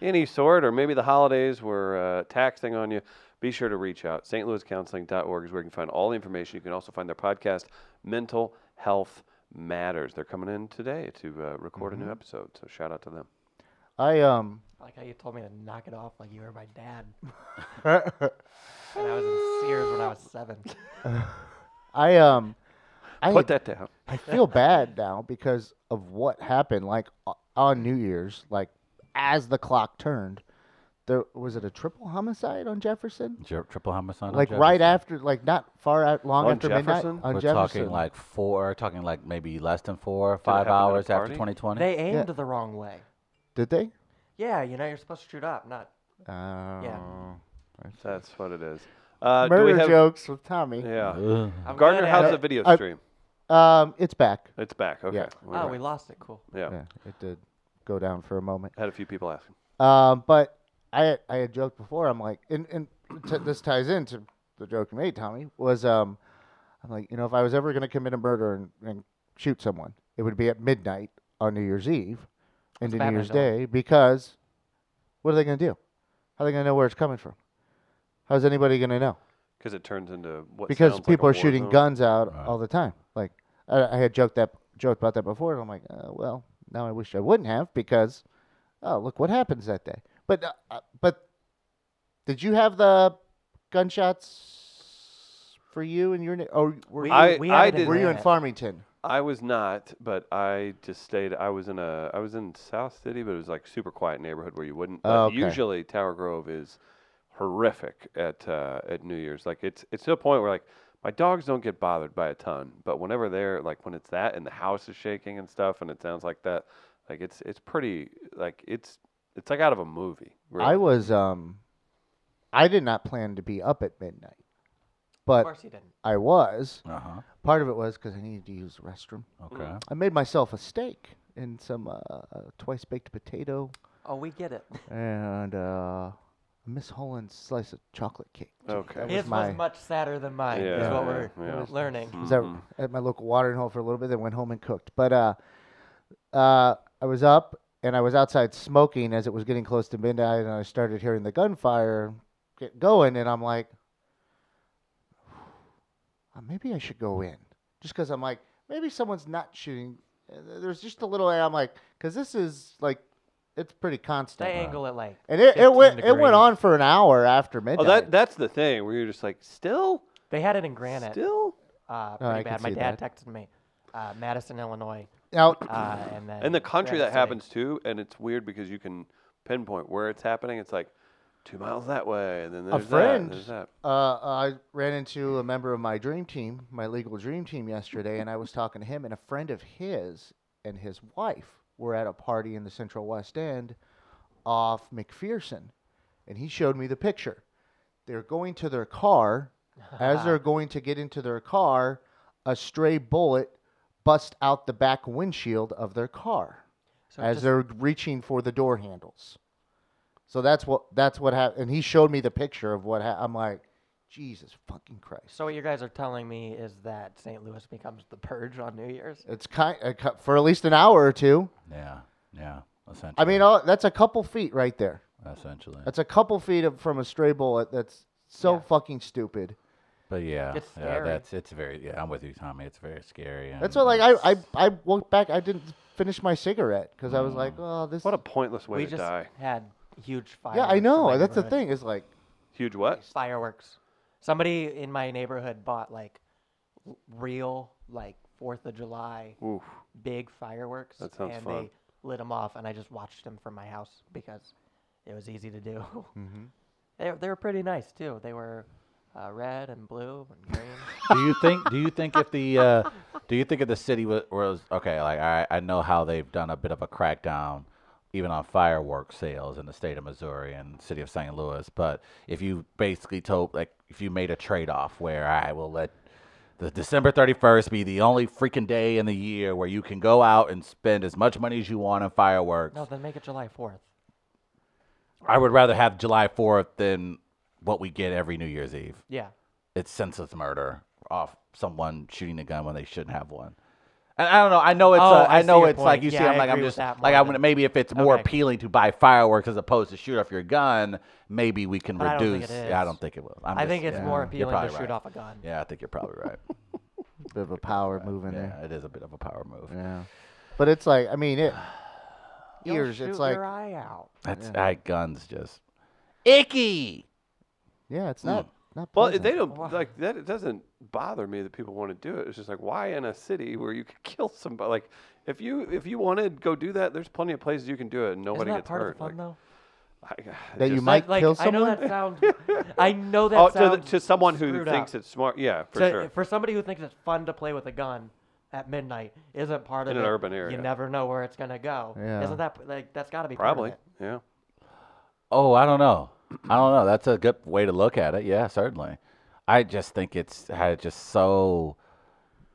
Speaker 2: any sort, or maybe the holidays were uh, taxing on you, be sure to reach out. stlouiscounseling.org is where you can find all the information. You can also find their podcast, Mental Health Matters. They're coming in today to uh, record
Speaker 4: Mm-hmm.
Speaker 2: a new episode, so shout out to them.
Speaker 4: I um.
Speaker 3: I like how you told me to knock it off, like you were my dad. and I was in Sears when I was seven.
Speaker 4: I um. I
Speaker 2: Put
Speaker 4: had-
Speaker 2: that down.
Speaker 4: I feel bad now because of what happened. Like o- on New Year's, like as the clock turned, there was it a triple homicide on Jefferson?
Speaker 1: Jer- triple homicide. on
Speaker 4: Like right
Speaker 1: Jefferson?
Speaker 4: after, like not far out, long
Speaker 2: On
Speaker 4: after
Speaker 2: Jefferson?
Speaker 4: midnight on
Speaker 1: We're
Speaker 4: Jefferson.
Speaker 1: talking like four, talking like maybe less than four or
Speaker 2: happen
Speaker 1: five
Speaker 2: at a
Speaker 1: hours after
Speaker 2: party?
Speaker 1: 2020.
Speaker 3: They aimed the wrong way.
Speaker 4: Did they?
Speaker 3: Yeah, you know you're supposed to shoot up, not.
Speaker 4: Uh, yeah.
Speaker 2: That's what it is. Uh, do we
Speaker 4: Uh, Murder
Speaker 2: have-
Speaker 4: jokes with Tommy.
Speaker 2: Yeah.
Speaker 1: Ugh.
Speaker 3: I'm
Speaker 2: Gardner,
Speaker 3: good at
Speaker 2: how's
Speaker 3: it.
Speaker 2: the video
Speaker 4: I-
Speaker 2: stream?
Speaker 4: Um, it's back.
Speaker 2: It's back. Okay.
Speaker 4: Yeah.
Speaker 2: We're
Speaker 3: Oh,
Speaker 2: back.
Speaker 3: we lost it. Cool.
Speaker 2: yeah.
Speaker 4: Yeah, it did go down for a moment.
Speaker 2: Had a few people asking.
Speaker 4: Um, but I had- I had joked before. I'm like, and and t- this ties into the joke you made, Tommy. Was um, I'm like, you know, if I was ever going to commit a murder and, and shoot someone, it would be at midnight on New Year's Eve, into New
Speaker 3: Batman
Speaker 4: Year's
Speaker 3: villain.
Speaker 4: Day because what are they going to do? How are they going to know where it's coming from? How's anybody going to know?
Speaker 2: Because it turns into what
Speaker 4: because
Speaker 2: sounds like
Speaker 4: people
Speaker 2: a
Speaker 4: are
Speaker 2: war
Speaker 4: shooting
Speaker 2: zone.
Speaker 4: guns out
Speaker 1: Right.
Speaker 4: all the time. Like I, I had joked that joked about that before, and I'm like, uh, well, now I wish I wouldn't have because, oh look what happens that day. But uh, uh, but did you have the gunshots for you and your na- or were
Speaker 3: We,
Speaker 4: you,
Speaker 2: I-
Speaker 3: we had
Speaker 2: I
Speaker 3: it
Speaker 2: did-
Speaker 4: were you in
Speaker 3: Atlanta.
Speaker 4: Farmington?
Speaker 2: I was not, but I just stayed. I was in a. I was in South City, but it was like super quiet neighborhood where you wouldn't. but
Speaker 4: Oh, okay.
Speaker 2: Usually, Tower Grove is horrific at uh, at New Year's. Like it's it's to a point where like my dogs don't get bothered by a ton, but whenever they're like when it's that and the house is shaking and stuff and it sounds like that, like it's it's pretty like it's it's like out of a movie.
Speaker 4: I
Speaker 2: really.
Speaker 4: was um, I did not plan to be up at midnight,
Speaker 3: Of
Speaker 4: but
Speaker 3: course you didn't.
Speaker 4: I was.
Speaker 1: Uh huh.
Speaker 4: Part of it was because I needed to use the restroom.
Speaker 1: Okay.
Speaker 4: I made myself a steak and some uh, twice baked potato
Speaker 3: Oh, we get it.
Speaker 4: and uh, Miss Holland's slice of chocolate cake. too.
Speaker 2: Okay.
Speaker 4: that
Speaker 2: It
Speaker 4: was
Speaker 3: His
Speaker 4: my.
Speaker 3: was much sadder than mine.
Speaker 2: Yeah,
Speaker 3: is what
Speaker 2: yeah,
Speaker 3: we're
Speaker 2: yeah. Mm-hmm.
Speaker 3: learning.
Speaker 4: was at, at my local watering hole for a little bit, then went home and cooked. But uh, uh, I was up and I was outside smoking as it was getting close to midnight, and I started hearing the gunfire get going, and I'm like, "Uh, maybe I should go in, just because I'm like, maybe someone's not shooting. Uh, th- There's just a little, I'm like, because this is like, it's pretty constant.
Speaker 3: They angle it like.
Speaker 4: And it, it
Speaker 3: 15
Speaker 4: went it
Speaker 3: degrees.
Speaker 4: went on for an hour after midnight.
Speaker 2: Oh, that that's the thing where you're just like still,
Speaker 3: They had it in Granite.
Speaker 2: still,
Speaker 3: Uh,
Speaker 4: Oh, I
Speaker 3: pretty
Speaker 4: can
Speaker 3: bad. My
Speaker 4: see
Speaker 3: dad
Speaker 4: that.
Speaker 3: texted me, uh, Madison, Illinois,
Speaker 4: now,
Speaker 3: uh, and then.
Speaker 2: and Mm. the country that
Speaker 3: Granite City.
Speaker 2: happens too, and it's weird because you can pinpoint where it's happening. It's like two miles that way, and then
Speaker 4: a
Speaker 2: there's
Speaker 4: friend.
Speaker 2: that. There's that.
Speaker 4: Uh, I ran into a member of my dream team, my legal dream team, yesterday, and I was talking to him, and a friend of his and his wife were at a party in the Central West End off McPherson, and he showed me the picture. They're going to their car. As they're going to get into their car, a stray bullet busts out the back windshield of their car.
Speaker 3: So
Speaker 4: as
Speaker 3: just-
Speaker 4: they're reaching for the door handles. So that's what that's what happened. And he showed me the picture of what ha- I'm like, Jesus fucking Christ!
Speaker 3: So what you guys are telling me is that St. Louis becomes the purge on New Year's.
Speaker 4: It's kind uh, cu- for at least an hour or two.
Speaker 1: Yeah. Yeah. Essentially.
Speaker 4: I mean, all, that's a couple feet right there.
Speaker 1: essentially.
Speaker 4: That's a couple feet of, from a stray bullet. That's so
Speaker 3: Yeah.
Speaker 4: fucking stupid.
Speaker 1: But yeah,
Speaker 3: It's
Speaker 1: yeah,
Speaker 3: scary.
Speaker 1: that's it's very. Yeah, I'm with you, Tommy. It's very scary. And uh,
Speaker 4: That's what like I I I walked back. I didn't finish my cigarette because I was like,
Speaker 3: Mm.
Speaker 4: oh, this.
Speaker 2: What a pointless way
Speaker 3: we
Speaker 2: to
Speaker 3: just
Speaker 2: die.
Speaker 3: had huge fires.
Speaker 4: yeah, I
Speaker 3: in my
Speaker 4: know. That's the
Speaker 3: neighborhood.
Speaker 4: thing. Is like
Speaker 2: Huge what?
Speaker 3: Fireworks. Somebody in my neighborhood bought like w- real like Fourth of July
Speaker 2: Oof.
Speaker 3: big fireworks.
Speaker 2: That sounds
Speaker 3: and
Speaker 2: fun.
Speaker 3: they lit them off, and I just watched them from my house because it was easy to do.
Speaker 4: Mm-hmm.
Speaker 3: they, they were pretty nice too. They were uh, red and blue and green.
Speaker 1: do you think? Do you think if the uh, do you think if the city was, was okay? Like I I know how they've done a bit of a crackdown, even on fireworks sales in the state of Missouri and city of St. Louis. But if you basically told like if you made a trade off where I will let the December 31st be the only freaking day in the year where you can go out and spend as much money as you want on fireworks.
Speaker 3: no, then make it July Fourth.
Speaker 1: I would rather have July 4th than what we get every New Year's Eve.
Speaker 3: Yeah.
Speaker 1: It's senseless murder off someone shooting a gun when they shouldn't have one. And I don't know. I know it's.
Speaker 3: Oh,
Speaker 1: uh,
Speaker 3: I
Speaker 1: I
Speaker 3: see
Speaker 1: know
Speaker 3: your
Speaker 1: it's
Speaker 3: point.
Speaker 1: like you see.
Speaker 3: Yeah,
Speaker 1: I'm
Speaker 3: I
Speaker 1: like I'm
Speaker 3: agree with
Speaker 1: just
Speaker 3: that
Speaker 1: like I
Speaker 3: more than-
Speaker 1: would maybe if it's more
Speaker 3: Okay.
Speaker 1: appealing to buy fireworks as opposed to shoot off your gun, maybe we can
Speaker 3: But I don't think
Speaker 1: reduce.
Speaker 3: it
Speaker 1: Yeah, I
Speaker 3: is.
Speaker 1: don't think it will. I'm
Speaker 3: i
Speaker 1: just-
Speaker 3: think it's
Speaker 1: yeah,
Speaker 3: more
Speaker 1: you're
Speaker 3: appealing to
Speaker 1: probably
Speaker 3: shoot
Speaker 1: right.
Speaker 3: off a gun.
Speaker 1: Yeah, I think you're probably right.
Speaker 4: bit of a power move in there.
Speaker 1: yeah, it is a bit of a power move.
Speaker 4: Yeah. But it's like, I mean, it
Speaker 3: You'll
Speaker 4: ears.
Speaker 3: shoot
Speaker 4: It's like,
Speaker 3: your eye out.
Speaker 1: That's I, guns just icky.
Speaker 4: yeah, it's not not.
Speaker 2: Well,
Speaker 4: pleasant.
Speaker 2: they don't like that. It doesn't bother me that people want to do it. It's just like why in a city where you could kill somebody? Like if you if you wanted go do that, there's plenty of places you can do it and nobody
Speaker 3: Isn't that
Speaker 2: gets
Speaker 3: part
Speaker 2: hurt.
Speaker 3: of the fun
Speaker 2: like,
Speaker 3: though?
Speaker 2: I-
Speaker 4: That you
Speaker 2: just-
Speaker 4: might
Speaker 3: like,
Speaker 4: kill
Speaker 3: I know
Speaker 4: someone.
Speaker 3: that sounds. I know that
Speaker 2: Oh, to, the-
Speaker 3: sounds
Speaker 2: to someone who
Speaker 3: screwed up.
Speaker 2: thinks it's smart, yeah, for
Speaker 3: to,
Speaker 2: sure.
Speaker 3: for somebody who thinks it's fun to play with a gun at midnight isn't part of
Speaker 2: In an
Speaker 3: it.
Speaker 2: urban area.
Speaker 3: You never know where it's gonna go.
Speaker 4: Yeah.
Speaker 3: Isn't that like that's got to be
Speaker 2: Probably,
Speaker 3: Part of
Speaker 2: yeah.
Speaker 1: Oh, I don't know. I don't know. That's a good way to look at it. Yeah, certainly. I just think it's had just so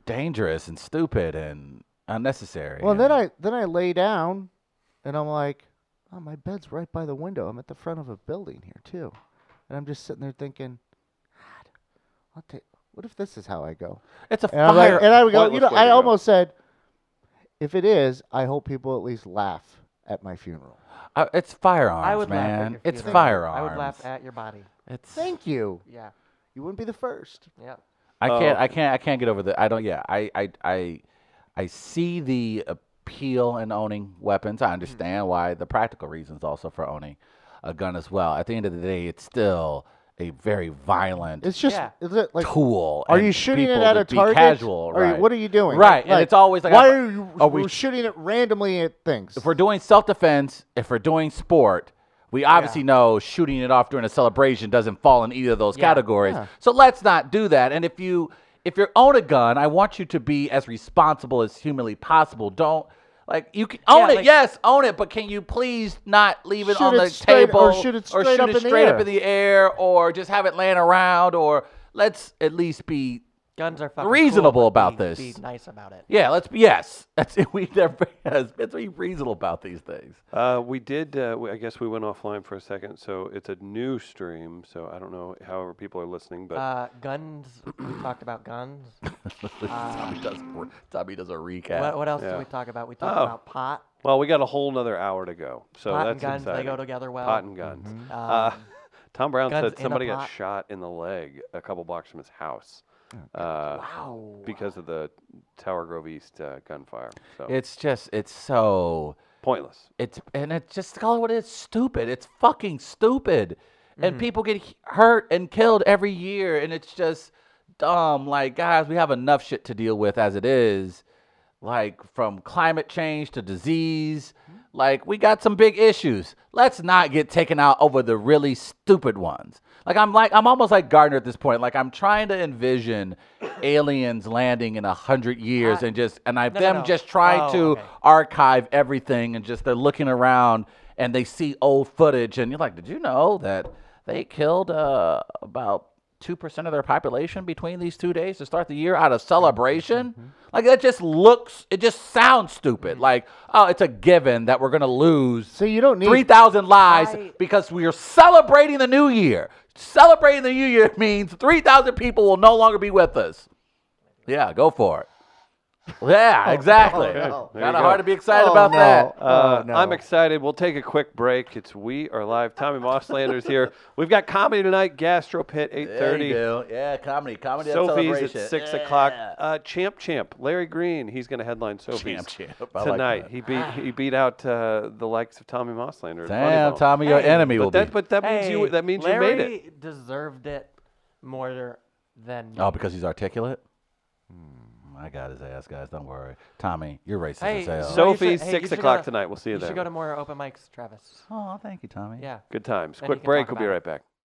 Speaker 1: dangerous and stupid and unnecessary.
Speaker 4: Well, then
Speaker 1: and-
Speaker 4: I then I lay down, and I'm like, oh, my bed's right by the window. I'm at the front of a building here too, and I'm just sitting there thinking, God, I'll take. What if this is how I go?
Speaker 1: it's a
Speaker 4: And, I'm like,
Speaker 1: fire.
Speaker 4: and I would go. You
Speaker 2: pointless
Speaker 4: know,
Speaker 2: way to
Speaker 4: I
Speaker 2: go.
Speaker 4: almost said, if it is, I hope people at least laugh at my funeral.
Speaker 1: Uh, it's firearms,
Speaker 3: I would laugh at
Speaker 1: man.
Speaker 3: your
Speaker 1: it's
Speaker 3: funeral.
Speaker 1: firearms.
Speaker 3: I would laugh at your body.
Speaker 1: It's.
Speaker 4: Thank you.
Speaker 3: Yeah.
Speaker 4: You wouldn't be the first.
Speaker 3: Yeah.
Speaker 1: I can't. I can't. I can't get over the. I don't. Yeah. I. I. I. I see the appeal in owning weapons.
Speaker 3: Mm-hmm.
Speaker 1: I understand why the practical reasons also for owning a gun as well. At the end of the day, it's still a very violent
Speaker 4: It's just
Speaker 3: Yeah.
Speaker 4: is it like
Speaker 1: tool.
Speaker 4: Are
Speaker 1: and
Speaker 4: you shooting it
Speaker 1: people
Speaker 4: at
Speaker 1: to
Speaker 4: a
Speaker 1: be
Speaker 4: target?
Speaker 1: Casual,
Speaker 4: Are you-
Speaker 1: right?
Speaker 4: what are you doing?
Speaker 1: Right, and it's always like,
Speaker 4: why
Speaker 1: I'm-
Speaker 4: are you
Speaker 1: are
Speaker 4: we're
Speaker 1: we-
Speaker 4: shooting it randomly at things?
Speaker 1: If we're doing self-defense, if we're doing sport, we obviously know shooting it off during a celebration doesn't fall in either of those categories.
Speaker 4: Yeah.
Speaker 1: So let's not do that. And if you if you own a gun, I want you to be as responsible as humanly possible. Don't like you can own
Speaker 3: Yeah,
Speaker 1: it,
Speaker 3: like-
Speaker 1: yes, own it, but can you please not leave it
Speaker 4: Shoot
Speaker 1: on
Speaker 4: it
Speaker 1: the
Speaker 4: straight- or
Speaker 1: table
Speaker 4: shoot it straight up in the
Speaker 1: straight
Speaker 4: air.
Speaker 1: up in the air, or just have it laying around, or let's at least be
Speaker 3: Guns are fucking cool,
Speaker 1: Reasonable
Speaker 3: but
Speaker 1: about
Speaker 3: be-
Speaker 1: this.
Speaker 3: Be nice about it.
Speaker 1: yeah. Let's be yes. That's it. We never let's be reasonable about these things.
Speaker 2: Uh, we did. Uh, we, I guess we went offline for a second, so it's a new stream. So I don't know, however, people are listening, but
Speaker 3: Uh, guns. we talked about guns.
Speaker 1: Tommy, does, Tommy does a recap.
Speaker 3: Ah. What, what else
Speaker 2: Yeah.
Speaker 3: did we talk about? We talked
Speaker 2: Oh.
Speaker 3: about pot.
Speaker 2: well, we got a whole another hour to go. So
Speaker 3: pot
Speaker 2: that's
Speaker 3: and guns.
Speaker 2: exciting.
Speaker 3: They go together well.
Speaker 2: Pot and guns.
Speaker 4: Mm-hmm.
Speaker 3: Um,
Speaker 2: Uh, Tom Brown
Speaker 3: guns
Speaker 2: said
Speaker 3: in a
Speaker 2: somebody got
Speaker 3: pot.
Speaker 2: shot in the leg a couple blocks from his house.
Speaker 4: Oh,
Speaker 2: Uh,
Speaker 3: wow.
Speaker 2: Because of the Tower Grove East uh, gunfire. So
Speaker 1: It's just, it's so,
Speaker 2: pointless.
Speaker 1: it's, and it's just call it what it is, stupid. It's fucking stupid. And
Speaker 3: Mm.
Speaker 1: people get h- hurt and killed every year. And it's just dumb. Like, guys, we have enough shit to deal with as it is. Like, from climate change to disease.
Speaker 3: Mm.
Speaker 1: Like, we got some big issues. Let's not get taken out over the really stupid ones. Like, I'm like, I'm almost like Gardner at this point. Like, I'm trying to envision aliens landing in a hundred years
Speaker 3: I-
Speaker 1: and just, and I
Speaker 3: No, no,
Speaker 1: them
Speaker 3: no.
Speaker 1: just trying
Speaker 3: Oh,
Speaker 1: to
Speaker 3: okay.
Speaker 1: archive everything and just they're looking around and they see old footage and you're like, did you know that they killed uh, about two percent of their population between these two days to start the year out of celebration?
Speaker 4: Mm-hmm.
Speaker 1: Like that just looks, it just sounds stupid. Like, oh, it's a given that we're gonna lose
Speaker 4: so you don't need
Speaker 1: three thousand lies
Speaker 3: I-
Speaker 1: because we are celebrating the new year. Celebrating the new year means three thousand people will no longer be with us. Yeah, go for it. Yeah, exactly.
Speaker 4: no.
Speaker 2: There you
Speaker 1: Kind
Speaker 2: go.
Speaker 1: of hard to be excited
Speaker 4: Oh,
Speaker 1: about
Speaker 4: no.
Speaker 1: that.
Speaker 2: Uh,
Speaker 4: oh, no.
Speaker 2: I'm excited. We'll take a quick break. It's we are live. Tommy Mosslander's here. We've got comedy tonight. Gastro Pit
Speaker 1: There
Speaker 2: 8:30.
Speaker 1: you go. Yeah, comedy, comedy. at
Speaker 2: Sophie's
Speaker 1: celebration.
Speaker 2: at six
Speaker 1: yeah.
Speaker 2: o'clock. Uh, Champ Champ, Larry Green, he's going to headline Sophie's
Speaker 1: Champ, champ. I like
Speaker 2: tonight.
Speaker 1: that.
Speaker 2: he beat he beat out uh, the likes of Tommy Mosslander. and
Speaker 1: Damn,
Speaker 2: Volleyball.
Speaker 1: Tommy, your
Speaker 3: Hey,
Speaker 1: enemy will
Speaker 2: But that
Speaker 1: be.
Speaker 2: but that means you
Speaker 3: Hey,
Speaker 2: that means
Speaker 3: Larry
Speaker 2: you made it.
Speaker 3: deserved it more than.
Speaker 1: oh, because he's articulate. Hmm, I got his ass, guys. Don't worry, Tommy. You're racist
Speaker 3: Hey,
Speaker 1: as hell.
Speaker 2: so-
Speaker 3: you
Speaker 2: Sophie's
Speaker 3: should- hey,
Speaker 2: six
Speaker 3: you should go
Speaker 2: o'clock
Speaker 3: to-
Speaker 2: tonight. We'll see you
Speaker 3: You
Speaker 2: there.
Speaker 3: should go to more open mics, Travis.
Speaker 1: oh, thank you, Tommy.
Speaker 3: Yeah.
Speaker 2: Good times.
Speaker 3: Then you
Speaker 2: Quick
Speaker 3: can
Speaker 2: break.
Speaker 3: talk
Speaker 2: We'll be
Speaker 3: about
Speaker 2: right
Speaker 3: it.
Speaker 2: back.